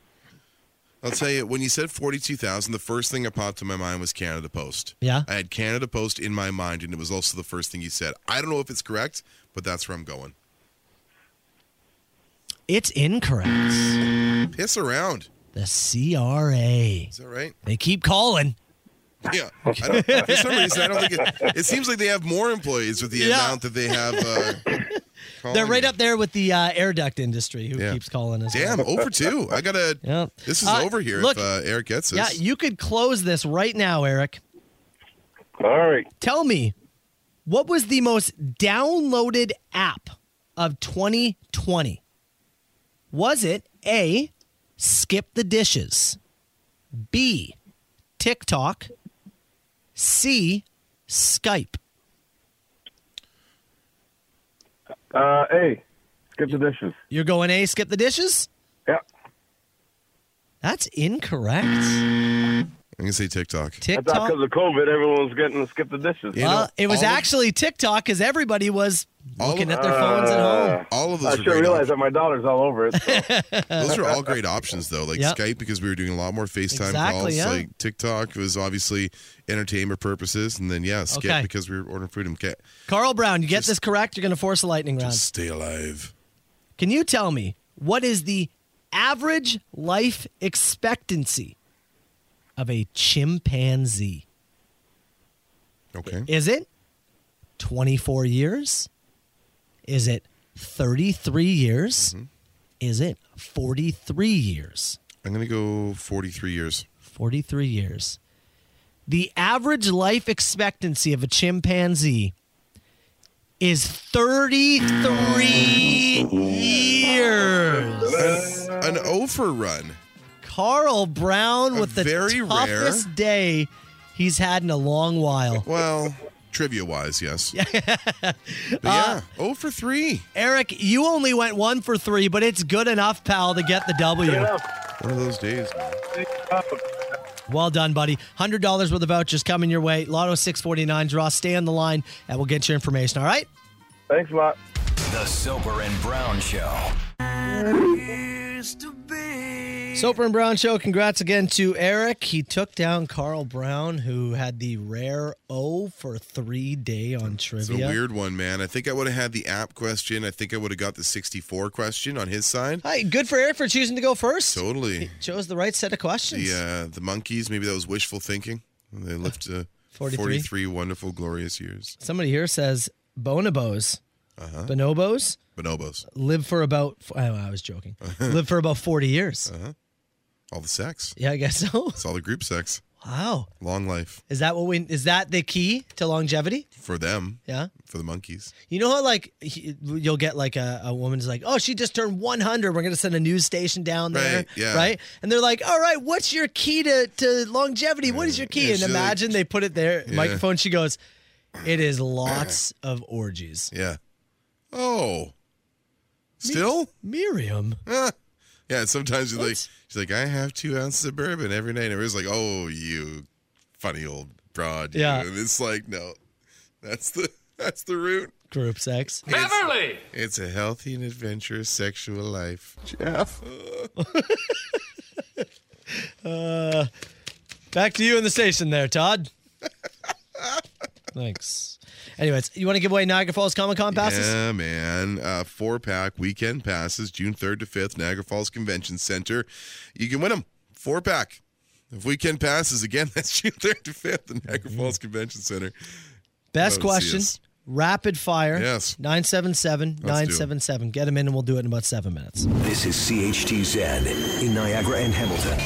I'll tell you, when you said 42,000, the first thing that popped in my mind was Canada Post.
Yeah.
I had Canada Post in my mind, and it was also the first thing you said. I don't know if it's correct, but that's where I'm going.
It's incorrect.
Piss around.
The CRA.
Is that right?
They keep calling.
Yeah. I don't, for some reason, I don't think it, it seems like they have more employees with the
Yeah.
amount that they have. Uh,
They're right up there with the uh, air duct industry who keeps calling us.
damn, over two. I gotta. This is
Uh,
over here.
look-
if uh, Eric gets this.
Yeah, you could close this right now, Eric.
All right.
Tell me, what was the most downloaded app of 2020? Was it A, Skip the Dishes, B, TikTok, C, Skype?
Uh, hey, skip the dishes.
You're going A, Skip the Dishes?
Yeah.
That's incorrect.
I'm gonna say TikTok.
I thought
TikTok.
because of COVID, everyone was getting to skip the dishes.
well, uh, it was actually TikTok because everybody was looking at their phones at home.
All of
I
those are
should
great
realize that my daughter's all over it. so.
Those are all great options, though. Like
Yep.
Skype, because we were doing a lot more FaceTime
Exactly,
calls.
yeah.
Like TikTok was obviously entertainment purposes, and then yeah, Skip
Okay.
because we were ordering food. And okay,
Carl Brown, you get this correct, you're going to force a lightning round.
just stay alive.
Can you tell me what is the average life expectancy of a chimpanzee?
Okay.
Is it 24 years? Is it 33 years? Is it 43 years?
I'm gonna go 43 years.
43 years. The average life expectancy of a chimpanzee is 33 years.
An overrun.
Carl Brown with the
very rare-
toughest day he's had in a long while.
Well, trivia wise, yes.
Uh,
But yeah, oh for three.
Eric, you only went one for three, but it's good enough, pal, to get the W.
One of those days. man.
Well done, buddy. $100 worth of vouchers coming your way. Lotto 649 draw. Stay on the line, and we'll get your information, all right?
Thanks a lot.
The Soper and Brown Show.
Soper and Brown Show, congrats again to Eric. He took down Carl Brown, who had the rare O for three day on
It's a
trivia.
weird one, man. I think I would have had the app question. I think I would have got the 64 question on his side.
Hey, good for Eric for choosing to go first.
Totally.
Chose the right set of questions.
The uh, the monkeys, maybe that was wishful thinking. They lived uh,
43.
43. wonderful, glorious years.
Somebody here says bonobos,
Uh-huh.
bonobos
Bonobos,
live for about. Oh, I was joking. live for about forty years.
Uh-huh. all the sex.
Yeah, I guess so.
It's all the group sex.
Wow,
Long life
is that what we? Is that the key to longevity?
for them,
Yeah.
for the monkeys.
You know how like he- you'll get like a, a woman's like, oh, she just turned 100. We're gonna send a news station down there,
Right, yeah.
right? And they're like, all right, what's your key to, to longevity? What is your key?
yeah,
and
she, like-
imagine they put it there,
Yeah.
microphone. She goes, it is lots of orgies.
Yeah. Oh. Still?
Miriam,
Ah. Yeah. Sometimes she's like, she's like, I have two ounces of bourbon every night, and everyone's like, Oh, you funny old broad. you."
Yeah.
And it's like, no, that's the that's the root.
group sex.
Beverly!
It's a healthy and adventurous sexual life.
Jeff.
Uh, back to you in the station there, Todd. Thanks. Anyways, you want to give away Niagara Falls Comic Con passes?
Yeah, man. Uh, four pack weekend passes, June 3rd to 5th, Niagara Falls Convention Center. You can win them. Four pack of weekend passes. Again, that's June 3rd to 5th, the Niagara Falls Convention Center.
Best
Love to see
question.
us.
Rapid fire.
Yes.
977
Let's do
977. Get them in and we'll do it in about seven minutes.
This is CHTZ in Niagara and Hamilton.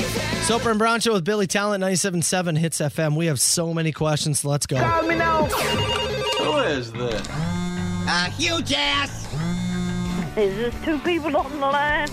Soper and Brown Show with Billy Talent, 977 Hits FM. We have so many questions. Let's go.
me now. Who is this?
A huge ass! Is this two people on the line?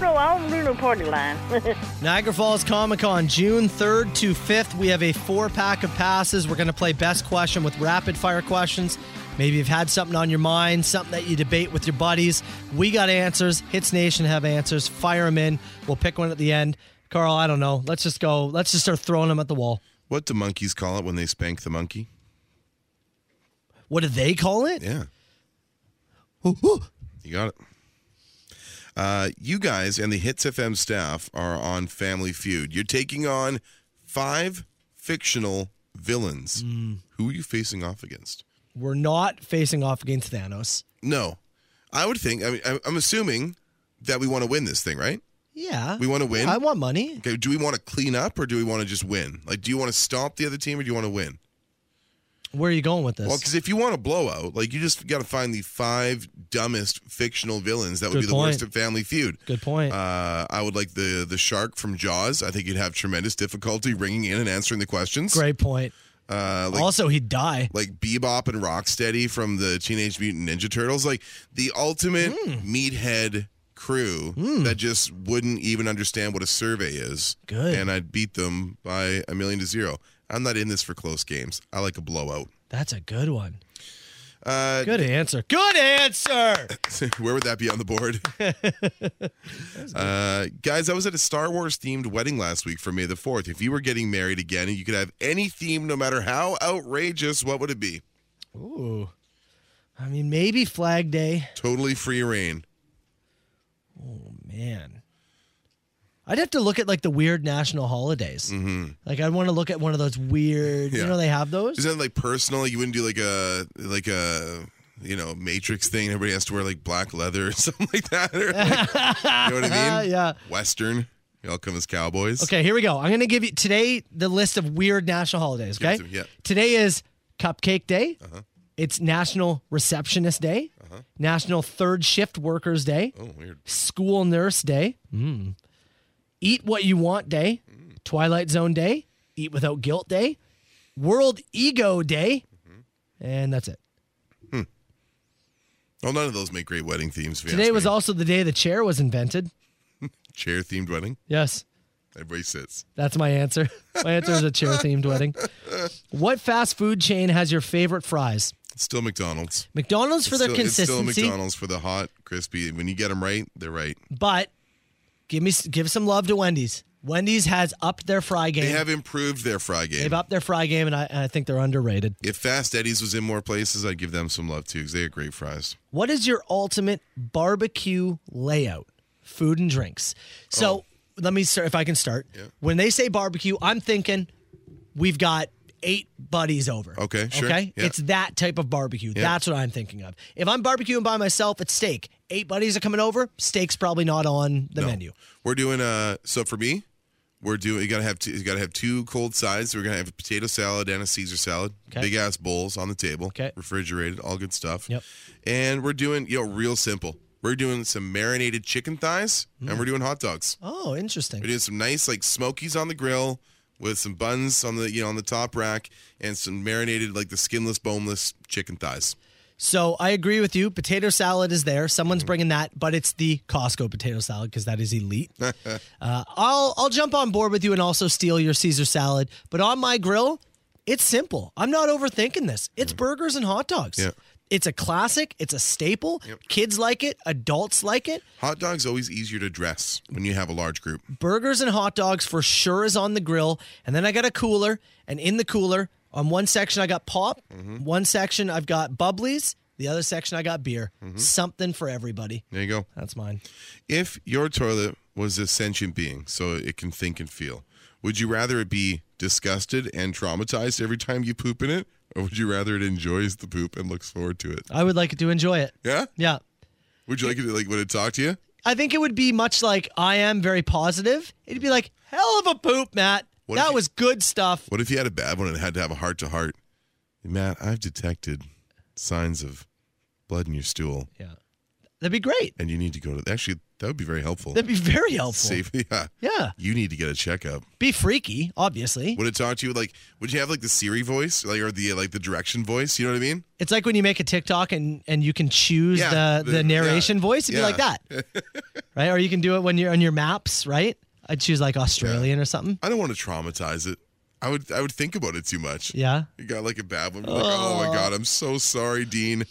No, I don't do no party line.
Niagara Falls Comic Con, June 3rd to 5th. We have a four pack of passes. We're going to play best question with rapid fire questions. Maybe you've had something on your mind, something that you debate with your buddies. We got answers. Hits Nation have answers. Fire them in. We'll pick one at the end. Carl, I don't know. Let's just go. Let's just start throwing them at the wall.
What do monkeys call it when they spank the monkey?
What do they call it?
Yeah,
Ooh, ooh.
you got it. Uh, you guys and the Hits FM staff are on Family Feud. You're taking on five fictional villains. Who are you facing off against?
We're not facing off against Thanos.
No, I would think. I mean, I- I'm assuming that we want to win this thing, right?
Yeah.
We want to win.
I want money.
Okay, do we want to clean up or do we want to just win? Like, do you want to stomp the other team or do you want to win?
Where are you going with this?
Well, because if you want a blowout, like you just got to find the five dumbest fictional villains that would
Good
be the
point.
worst of Family Feud.
Good point.
Uh, I would like the the shark from Jaws. I think he'd have tremendous difficulty ringing in and answering the questions.
Great point.
Uh, like,
also, he'd die.
like Bebop and Rocksteady from the Teenage Mutant Ninja Turtles, like the ultimate meathead crew that just wouldn't even understand what a survey is.
Good.
And I'd beat them by a million to zero. I'm not in this for close games. I like a blowout.
That's a good one.
Uh,
Good answer. Good answer.
Where would that be on the board? uh, guys, I was at a Star Wars themed wedding last week for May the 4th. If you were getting married again and you could have any theme, no matter how outrageous, what would it be?
Ooh. I mean, maybe Flag Day.
Totally free reign.
Man. I'd have to look at like the weird national holidays.
Mm-hmm.
Like, I'd want to look at one of those weird, you
Yeah.
know, they have those?
Isn't that like personal? Like you wouldn't do like a like a you know Matrix thing. Everybody has to wear like black leather or something like that. Or like, you know what I mean?
Yeah.
Western. You all come as cowboys.
Okay, here we go. I'm going to give you today the list of weird national holidays,
Give it
okay?
to me, yeah. Uh-huh.
Today is Cupcake Day. It's National Receptionist Day. National Third Shift Workers Day.
Oh, weird.
School Nurse Day. Mm. Eat What You Want Day.
Mm.
Twilight Zone Day. Eat Without Guilt Day. World Ego Day.
Mm-hmm.
And that's it.
Well, none of those make great wedding themes. if you
Today
ask
was
me.
also the day the chair was invented.
chair themed wedding.
Yes,
Everybody sits.
that's my answer. My answer is a chair themed wedding. What fast food chain has your favorite fries?
It's still McDonald's.
McDonald's for
It's
their
still- It's
consistency,
still McDonald's for the hot, crispy. When you get them right, they're right.
but give me give some love to Wendy's. Wendy's has upped their fry game.
They have improved their fry game.
They've upped their fry game, and I, and I think they're underrated.
If Fast Eddie's was in more places, I'd give them some love too because they have great fries.
What is your ultimate barbecue layout? Food and drinks. So
Oh.
let me start if I can start. When they say barbecue, I'm thinking we've got eight buddies over.
Okay, sure.
Okay.
Yeah.
It's that type of barbecue.
Yeah.
That's what I'm thinking of. If I'm barbecuing by myself, it's steak. Eight buddies are coming over. Steak's probably not on the
No.
menu.
We're doing uh so for me, we're doing you gotta have two you gotta have two cold sides. We're gonna have a potato salad and a Caesar salad.
Okay.
Big ass bowls on the table.
Okay.
Refrigerated, all good stuff.
Yep.
And we're doing, you know, real simple. We're doing some marinated chicken thighs and
Mm.
we're doing hot dogs.
Oh, interesting.
We're doing some nice like smokies on the grill with some buns on the you know on the top rack and some marinated like the skinless, boneless chicken thighs.
So I agree with you. Potato salad is there. Someone's bringing that, but it's the Costco potato salad because that is elite. uh, I'll I'll jump on board with you and also steal your Caesar salad. But on my grill, it's simple. I'm not overthinking this. It's burgers and hot dogs.
Yeah.
It's a classic. It's a staple. Kids like it. Adults like it.
Hot dogs always easier to dress when you have a large group.
burgers and hot dogs for sure is on the grill. And then I got a cooler, and in the cooler, on one section I got pop,
Mm-hmm.
one section I've got bubblies, the other section I got beer.
Mm-hmm.
Something for everybody.
There you go.
That's mine.
If your toilet was a sentient being, so it can think and feel, would you rather it be disgusted and traumatized every time you poop in it, or would you rather it enjoys the poop and looks forward to it?
I would like it to enjoy it.
Yeah.
Yeah.
Would you like it? to, Like, would it talk to you?
I think it would be much like I am very positive. It'd be like, hell of a poop, Matt.
What if
that
you-
was good stuff.
What if you had a bad one and had to have a heart to heart? Matt, I've detected signs of blood in your stool,
Yeah. That'd be great.
and you need to go to. Actually, that would be very helpful.
That'd be very helpful.
Safe, yeah.
Yeah.
You need to get a checkup.
Be freaky, obviously.
Would it talk to you like? Would you have like the Siri voice, like or the like the direction voice? You know what I mean?
It's like when you make a TikTok and, and you can choose
Yeah,
the,
the-
the narration
yeah,
voice. It'd
yeah.
be like that. right? Or you can do it when you're on your maps, right? I'd choose like Australian or something.
I don't want to traumatize it. I would I would think about it too much.
Yeah.
You got like a bad one. be Like, oh. my god, I'm so sorry, Dean.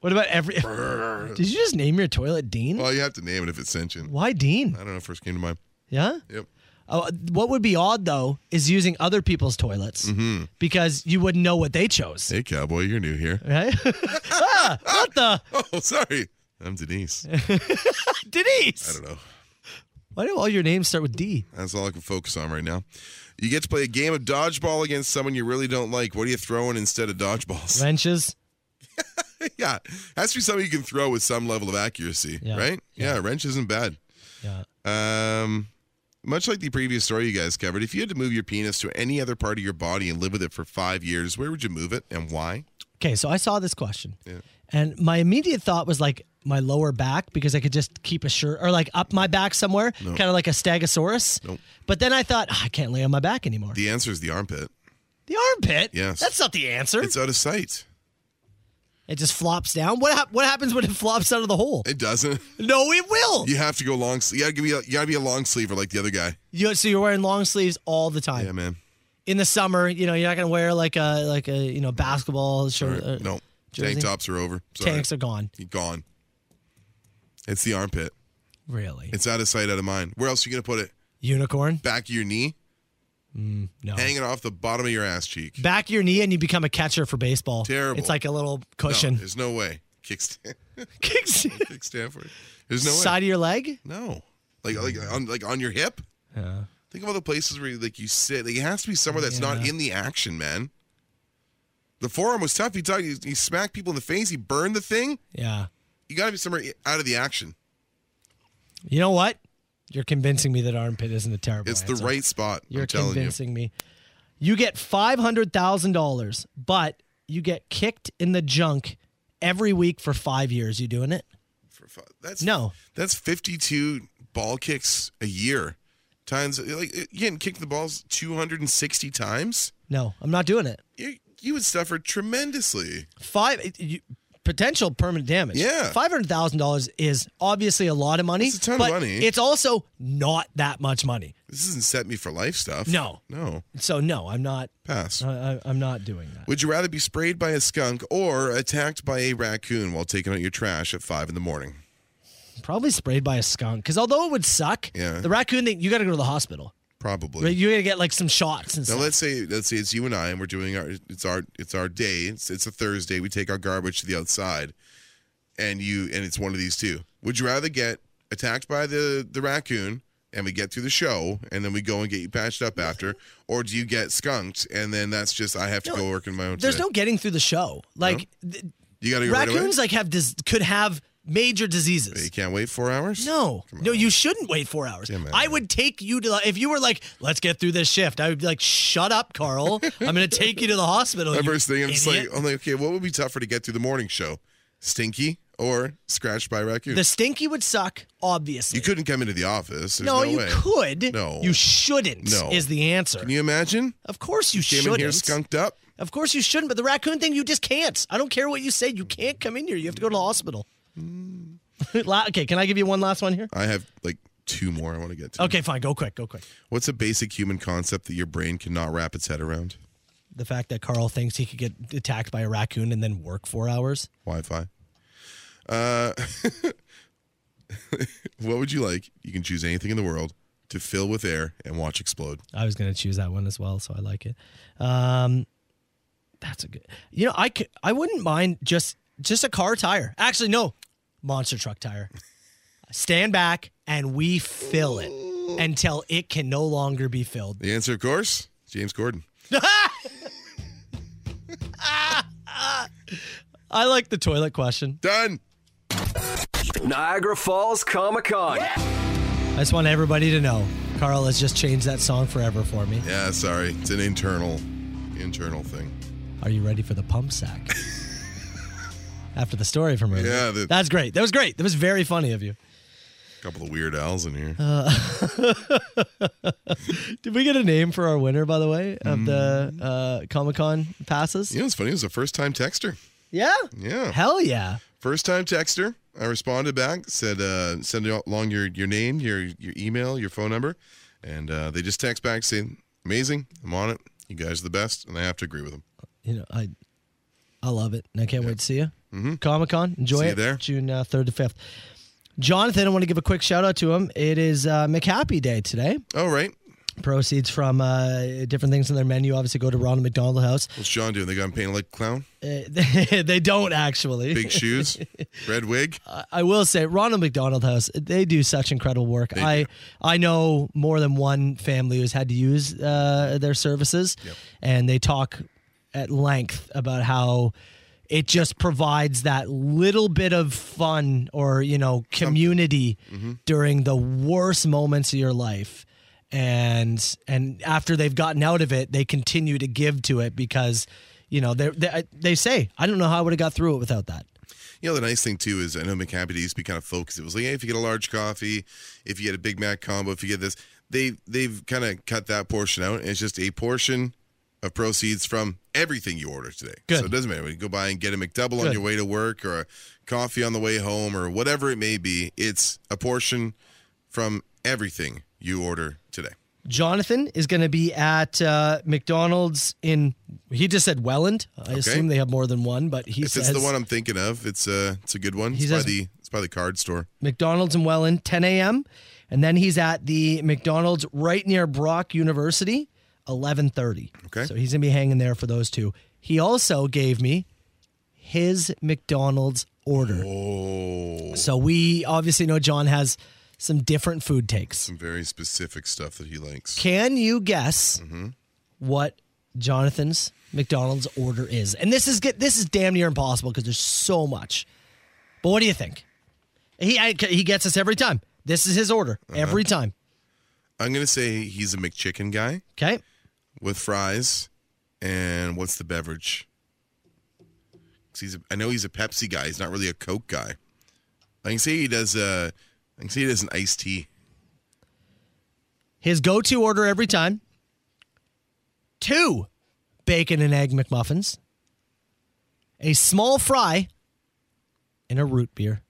What about every.
Brrr.
Did you just name your toilet Dean?
Well, you have to name it if it's sentient.
Why Dean?
I don't know. First came to mind.
Yeah?
Yep.
Oh, what would be odd though is using other people's toilets
Mm-hmm.
because you wouldn't know what they chose.
Hey, cowboy, you're new here.
Right? ah, what the?
Oh, sorry. I'm Denise. I
Denise!
don't know.
Why do all your names start with D?
That's all I can focus on right now. You get to play a game of dodgeball against someone you really don't like. What are you throwing instead of dodgeballs?
Wrenches?
yeah, has to be something you can throw with some level of accuracy, right? Yeah. wrench isn't bad.
Yeah.
Um, much like the previous story you guys covered, if you had to move your penis to any other part of your body and live with it for five years, where would you move it and why?
Okay, so I saw this question, and my immediate thought was like my lower back because I could just keep a shirt or like up my back somewhere,
No.
kind of like a stegosaurus.
Nope.
But then I thought "Ah, I can't lay on my back anymore.
The answer is the armpit.
The armpit.
Yes.
That's not the answer.
It's out of sight.
It just flops down. What hap- what happens when it flops out of the hole?
It doesn't.
No, it will.
You have to go long. You gotta, give me a, you gotta be a long sleever like the other guy.
You, so you're wearing long sleeves all the time.
Yeah, man.
In the summer, you know, you're not gonna wear like a like a you know basketball shirt. uh,
No,
jersey?
tank tops are over. Sorry.
Tanks are gone.
Gone. It's the armpit.
Really?
It's out of sight, out of mind. Where else are you gonna put it?
Unicorn.
Back of your knee,
Mm, no.
hanging off the bottom of your ass cheek.
Back your knee and you become a catcher for baseball.
Terrible.
It's like a little
No,
cushion.
there's no way. Kickstand.
Kickstand.
Kickstand for it. There's no way.
Side of your leg?
No. Like like on like on your hip.
Mm. Yeah.
Think of all the places where you, like you sit. Like, it has to be somewhere that's not
Yeah.
in the action, man. The forearm was tough. He, talk, he, he smacked people in the face. He burned the thing.
Yeah.
You got to be somewhere i- out of the action.
You know what? You're convincing me that armpit isn't a terrible
It's the
answer.
right spot.
You're
I'm telling
convincing me. You get five hundred thousand dollars, but you get kicked in the junk every week for five years. You doing it?
you. That's
No.
That's 52 ball kicks a year. Times like you getting kicked the balls 260 times.
No, I'm not doing it.
You you would suffer tremendously.
Five it- you, potential permanent damage.
Yeah.
five hundred thousand dollars is obviously a lot of money.
It's a ton of
but
money.
It's also not that much money.
This isn't set me for life stuff.
No.
No.
So no, I'm not.
Pass.
I, I, I'm not doing that.
Would you rather be sprayed by a skunk or attacked by a raccoon while taking out your trash at five in the morning?
Probably sprayed by a skunk. Because although it would suck,
Yeah.
the raccoon thing, you got to go to the hospital.
Probably.
Right? You got to get like some shots and
Now
stuff.
let's say let's say it's you and I and we're doing our it's our it's our day. It's it's a Thursday. We take our garbage to the outside and you and it's one of these two. Would you rather get attacked by the the raccoon and we get through the show and then we go and get you patched up after or do you get skunked and then that's just I have to
No,
go work in my own
There's
today?
no getting through the show. Like th-
You got to go right away.
raccoons, like have dis- could have major diseases.
you can't wait 4 hours?
No, no, you shouldn't wait four hours.
Come on.
I would take you to if you were like, let's get through this shift. I would be like, shut up, Carl. I'm going to take you to the hospital.
My
you
first thing, I'm just like, oh.
idiot."
I'm like, okay, what would be tougher to get through the morning show? Stinky or scratched by a raccoon?
the stinky would suck, obviously.
you couldn't come into the office. There's
no,
no,
you
way.
could.
No.
you shouldn't.
No.
is the answer.
Can you imagine?
Of course you
Came
shouldn't.
in here skunked up.
Of course you shouldn't, but the raccoon thing, you just can't. I don't care what you say. You can't come in here. You have to go to the hospital. La- okay, can I give you one last one here?
I have like two more I want to get to.
Okay, fine. Go quick. Go quick.
What's a basic human concept that your brain cannot wrap its head around?
The fact that Carl thinks he could get attacked by a raccoon and then work four hours.
Wi-Fi. Uh, what would you like? You can choose anything in the world to fill with air and watch explode.
I was going to choose that one as well, so I like it. Um, that's a good. You know, I could, I wouldn't mind just just a car tire. Actually, no, monster truck tire. Stand back and we fill it until it can no longer be filled.
The answer, of course, James Corden.
I like the toilet question.
Done.
Niagara Falls Comic Con.
I just want everybody to know Carl has just changed that song forever for me.
Yeah, sorry, it's an internal, internal thing.
Are you ready for the pump sack? After the story from earlier.
Yeah, the-
That's great. That was great. That was very funny of you.
couple of weird owls in here.
Did we get a name for our winner, by the way, of
Mm-hmm.
the uh, Comic Con passes?
You know what's funny? It was a first time texter.
Yeah?
Yeah.
Hell yeah.
First time texter. I responded back, said, uh, send along your, your name, your, your email, your phone number. And uh, they just text back saying, amazing. I'm on it. You guys are the best. And I have to agree with them.
You know, I I love it. And I can't wait to see you. Comic Con. Enjoy
Mm-hmm. See you
it.
there.
June uh, 3rd to 5th. Jonathan, I want to give a quick shout out to him. It is uh, McHappy Day today.
All Oh, right.
Proceeds from uh, different things in their menu obviously go to Ronald McDonald House.
What's Sean doing? They got him painted like a clown.
Uh, they don't actually.
Big shoes, red wig.
I will say Ronald McDonald House, they do such incredible work. I I know more than one family who's had to use uh, their services, and they talk at length about how it just provides that little bit of fun or you know community
Mhm.
during the worst moments of your life and and after they've gotten out of it they continue to give to it because you know they they they say i don't know how i would have got through it without that
You know, the nice thing too is I know McHappy used to be kind of focused. It was like, hey, if you get a large coffee, if you get a Big Mac combo, if you get this, they they've kind of cut that portion out. And it's just a portion of proceeds from everything you order today.
Good.
So it doesn't matter. You go by and get a McDouble on
Good.
your way to work or a coffee on the way home or whatever it may be. It's a portion from everything you order today.
Jonathan is going to be at uh, McDonald's in. He just said Welland. I
Okay.
assume they have more than one, but he
if
says
it's the one I'm thinking of, it's a it's a good one.
He
It's
says-
by the it's by the card store.
McDonald's in Welland, 10 a.m. And then he's at the McDonald's right near Brock University, 11:30. Okay. So he's gonna be hanging there for those two. He also gave me his McDonald's order.
Oh.
So we obviously know John has some different food takes.
Some very specific stuff that he likes.
Can you guess
Mm-hmm.
what Jonathan's McDonald's order is? And this is get this is damn near impossible because there's so much. But what do you think? He I, he gets us every time. This is his order
Uh-huh.
every time.
I'm gonna say he's a McChicken guy.
Okay.
With fries, and what's the beverage? 'Cause He's a, I know he's a Pepsi guy. He's not really a Coke guy. I can say he does. Uh, I can say he does an iced tea.
His go-to order every time. Two bacon and egg McMuffins, a small fry, and a root beer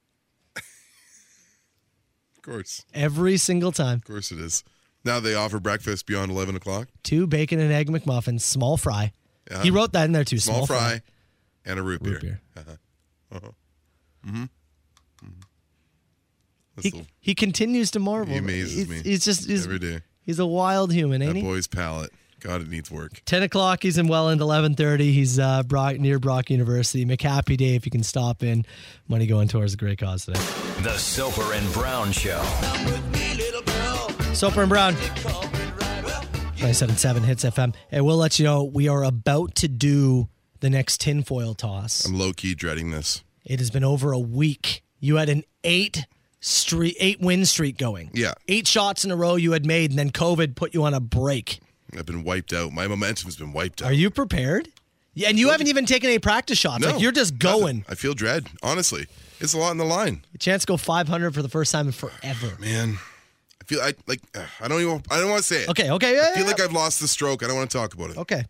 Of course,
every single time.
of course it is. Now they offer breakfast beyond eleven o'clock.
Two bacon and egg McMuffins, small fry.
Yeah.
He wrote that in there too.
Uh-huh. Small, fry, and a root, beer. Uh-huh. Uh-huh. hmm
He, he continues to marvel.
He amazes
he's,
me.
He's just he's,
every day.
he's a wild human, ain't
That
he?
boy's palate. God, it needs work.
Ten o'clock. He's in Welland. Eleven thirty. He's uh, Brock, near Brock University. McHappy Day. If you can stop in, money going towards a great cause today.
The Soper and Brown Show.
Soper and Brown. 977 Hits FM. And we'll let you know we are about to do the next tinfoil toss.
I'm low key dreading this.
It has been over a week. You had an eight streak, eight win streak going.
Yeah.
Eight shots in a row you had made, and then COVID put you on a break.
I've been wiped out. My momentum's been wiped out.
Are you prepared? Yeah, and you haven't even taken any practice shots.
No,
like you're just
nothing.
going.
I feel dread, honestly. It's a lot on the line,
A chance to go 500 for the first time in forever.
man. I feel I like ugh, I don't even I don't want to say it.
Okay, okay, yeah,
I feel
yeah,
like I've lost the stroke. I don't want to talk about it.
Okay.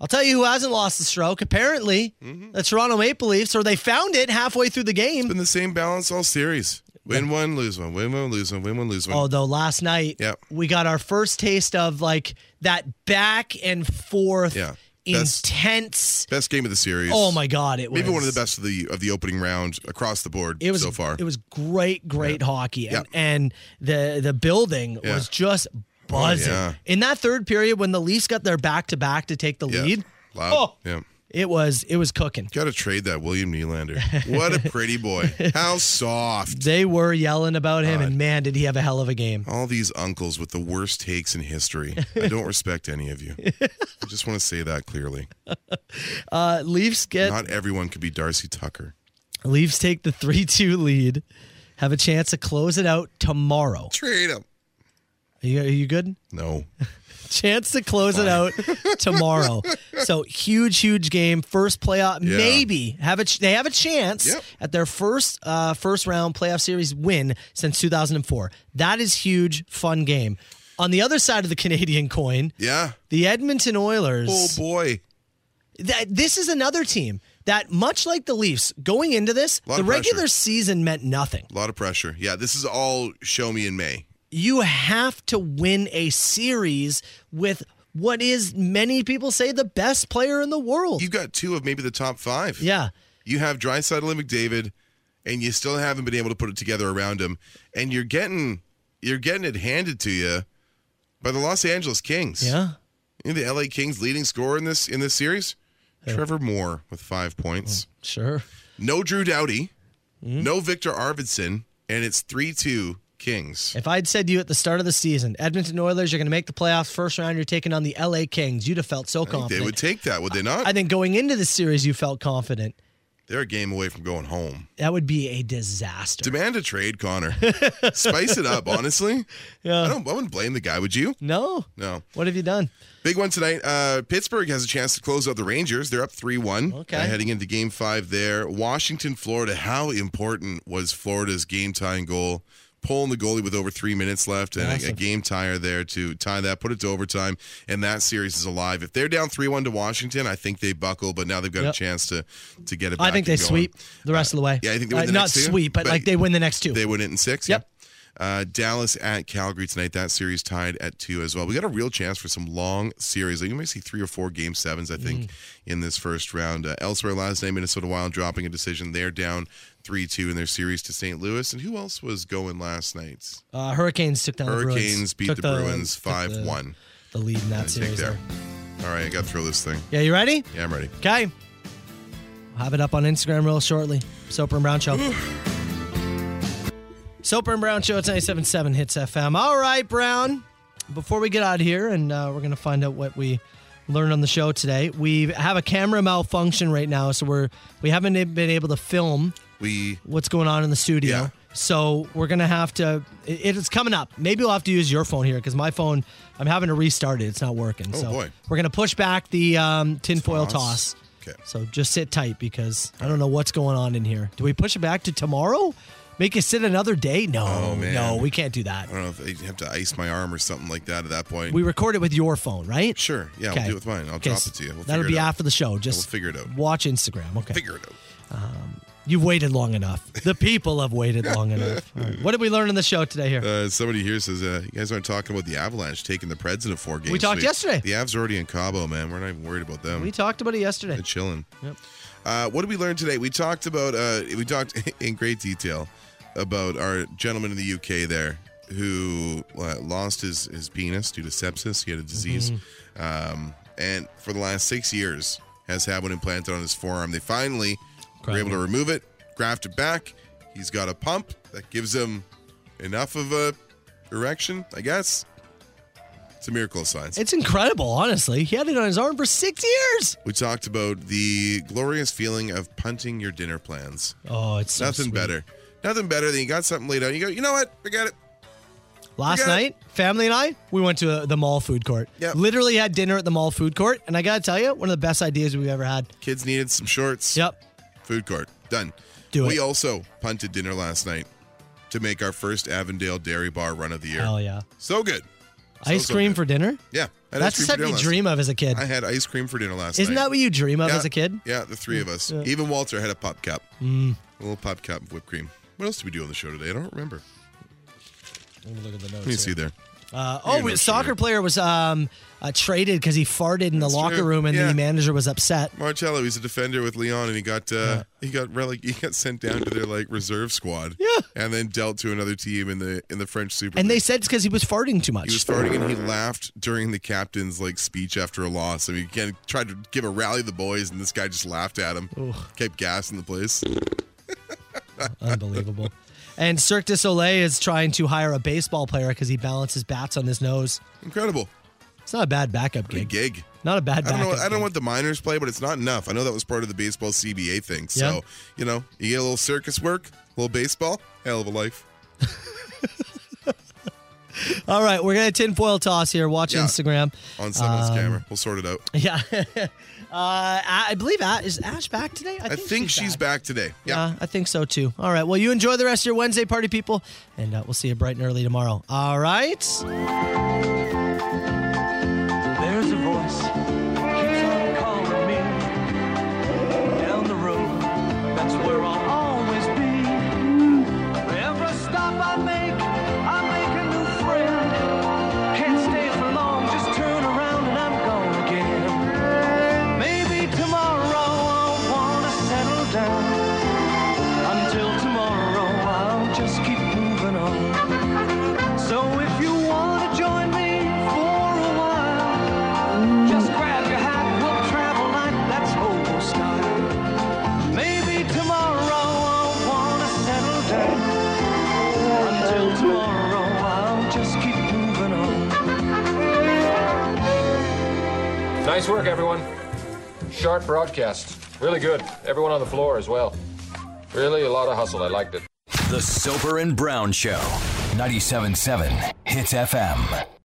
I'll tell you who hasn't lost the stroke. Apparently, the Toronto Maple Leafs, or they found it halfway through the game.
Mm-hmm. Been the same balance all series. Win one, lose one. Win one, lose one. Win one, lose one.
Although Oh, last night
Yeah.
we got our first taste of like that back and forth
Yeah. Best-
intense.
Best game of the series.
Oh my god, it was
Maybe one of the best of the of the opening round across the board
It was
so far.
It was great, great hockey, and, and the the building
Yeah. Oh,
was just buzzing
yeah.
in that third period when the Leafs got their back to back to take the lead.
Loud.
Oh,
Yeah.
it was it was cooking.
Got to trade that William Nylander. What a pretty boy. How soft.
They were yelling about him, and man, did he have a hell of a game.
All these uncles with the worst takes in history. I don't respect any of you. I just want to say that clearly.
Uh, Leafs get
Not everyone could be Darcy Tucker.
Leafs take the three two lead, have a chance to close it out tomorrow.
Trade him.
Are you, are you good?
No.
Chance to close it out tomorrow. So huge, huge game. First playoff,
Yeah.
maybe have a ch- they have a chance
Yep.
at their first uh, first round playoff series win since 2004. That is huge, fun game. On the other side of the Canadian coin,
yeah,
the Edmonton Oilers.
Oh boy,
that this is another team that, much like the Leafs, going into this,
Lot
the
of pressure.
regular season meant nothing.
A lot of pressure. Yeah, this is all show me in May.
you have to win a series with what is many people say the best player in the world.
You've got two of maybe the top five.
Yeah.
You have Drysaddle and McDavid, and you still haven't been able to put it together around him. And you're getting you're getting it handed to you by the Los Angeles Kings.
Yeah.
You know the LA Kings leading scorer in this in this series? Trevor Moore with five points.
Sure. Mm.
No Drew Doughty. No Victor Arvidsson. And it's three two Kings.
If I'd said to you at the start of the season, Edmonton Oilers, you're going to make the playoffs first round, you're taking on the LA Kings, you'd have felt so
I think
confident.
they would take that, would they not?
I think going into the series, you felt confident.
They're a game away from going home.
That would be a disaster.
Demand a trade, Connor. Spice it up, honestly.
Yeah.
I don't. I wouldn't blame the guy. Would you?
No.
No.
What have you done?
Big one tonight. Uh, Pittsburgh has a chance to close out the Rangers. They're up three one. uh,
Okay.
heading into Game Five there. Washington, Florida. How important was Florida's game tying goal? Pulling the goalie with over three minutes left and a, a
Massive.
game tire there to tie that, put it to overtime, and that series is alive. If they're down three one to Washington, I think they buckle, but now they've got
Yep.
a chance to to get it. Back
I think they
and going.
sweep the rest of the way.
yeah, I think they win
Uh,
the
not
next two,
sweep, but,
but-
like they win the next two.
They win it in six. Yep. Uh, Dallas at Calgary tonight. That series tied at two as well. We got a real chance for some long series. Like you might see three or four game sevens, I
Mm.
think, in this first round. Uh, elsewhere last night, Minnesota Wild dropping a decision. They're down three two in their series to St. Louis. And who else was going last night?
Uh, Hurricanes took down the Bruins.
Hurricanes beat
Took
the, Bruins
took
five
the-
one.
The lead in that series.
there.
there.
All right, I got to throw this thing.
Yeah, you ready?
Yeah, I'm ready.
Okay. We'll have it up on Instagram real shortly. Soper and Brown Show. Soper and Brown Show, it's 97.7 Hits FM. All right, Brown. Before we get out of here, and uh, we're going to find out what we learned on the show today, we have a camera malfunction right now, so we're, we haven't e-, been able to film
We
what's going on in the studio.
Yeah.
So we're gonna have to. It, it's coming up. Maybe we'll have to use your phone here because my phone. I'm having to restart it. It's not working.
Oh,
so
boy.
we're gonna push back the um, tinfoil
Toss.
toss.
Okay.
So just sit tight because I don't know what's going on in here. Do we push it back to tomorrow? Make it sit another day? No,
Oh, man.
no, we can't do that.
I don't know if I have to ice my arm or something like that at that point.
We record it with your phone, right?
sure. Yeah, I'll
Okay.
do it with mine. I'll
Okay,
drop
so
it to you. We'll
that'll
figure
be
it out.
after the show.
Yeah,
Just
we'll figure it out.
Watch Instagram. Okay.
Figure it out.
You've waited long enough. The people have waited long enough. All right. What did we learn in the show today here?
Uh, somebody here says, uh, you guys aren't talking about the Avalanche taking the Preds in a four game.
We talked
sweep.
yesterday.
The Avs are already in Cabo, man. We're not even worried about them.
We talked about it yesterday.
They're chilling.
Yep.
Uh, what did we learn today? We talked about, uh, we talked in great detail about our gentleman in the UK there who uh, lost his, his penis due to sepsis. He had a disease.
Mm-hmm.
Um, and for the last six years, has had one implanted on his forearm. They finally were able to remove it, graft it back. He's got a pump that gives him enough of a erection, I guess. It's a miracle of science.
It's incredible, honestly. He had it on his arm for six years.
We talked about the glorious feeling of punting your dinner plans.
Oh, it's so
Nothing
sweet.
better. Nothing better than you got something laid out. You go, you know what? Forget it.
Last
Forget
night, family and I, we went to uh the mall food court.
Yep.
Literally had dinner at the mall food court, and I gotta tell you, one of the best ideas we've ever had.
Kids needed some shorts.
Yep.
Food court. Done.
Do it.
we also punted dinner last night to make our first Avondale Dairy Bar run of the year.
Hell yeah.
So good. So,
ice
so
cream
good.
for dinner?
Yeah. I had
That's
ice cream for
something
dinner
you
last
dream of as a kid.
night. I had ice cream for dinner last
Isn't
night.
that what you dream of
Yeah.
as a kid?
Yeah, the three of us.
Yeah.
Even Walter had a pop cup.
Mm.
A little pop cup of whipped cream. What else did we do on the show today? I don't remember.
Let me look at the
Let me see there.
Uh,
You're
oh,
no
we- soccer
shooter.
player was um, uh, traded because he farted in the
That's
locker
true.
room, and
Yeah.
the manager was upset.
Marcello, he's a defender with Leon, and he got uh, he got rele- he got sent down to their like reserve squad.
Yeah.
and then dealt to another team in the in the French Super.
And they
League.
said it's because he was farting too much.
he was farting, and he laughed during the captain's like speech after a loss. I mean, again, tried to give a rally to the boys, and this guy just laughed at him,
Oh.
kept gassing the place.
Unbelievable. And Cirque du Soleil is trying to hire a baseball player because he balances bats on his nose.
Incredible,
It's not a bad backup
What a
gig.
gig.
Not a bad
I
backup.
don't know. I don't
gig.
know what the minors play, but it's not enough. I know that was part of the baseball CBA thing. So
Yeah.
you know, you get a little circus work, a little baseball, hell of a life.
All right, we're gonna tinfoil toss here. Watch
Yeah.
Instagram.
On someone's
Um,
camera, we'll sort it out.
Yeah. uh, I I believe Ash, is Ash back today.
I think, she's, back. today. Yeah.
Yeah, Uh, I think so too. All right. Well, you enjoy the rest of your Wednesday party, people, and uh, we'll see you bright and early tomorrow. All right.
There's a voice keeps on calling me down the road. That's where I'll always be. Every stop I make, I make a new friend. Can't stay for long, just turn around and I'm gone again. Maybe tomorrow I'll wanna settle down. Until tomorrow I'll just keep moving on. So if you wanna join me
Nice work, everyone. Sharp broadcast. Really good. Everyone on the floor as well. Really a lot of hustle. I liked it.
The Soper and Brown Show. 97.7 Hits FM.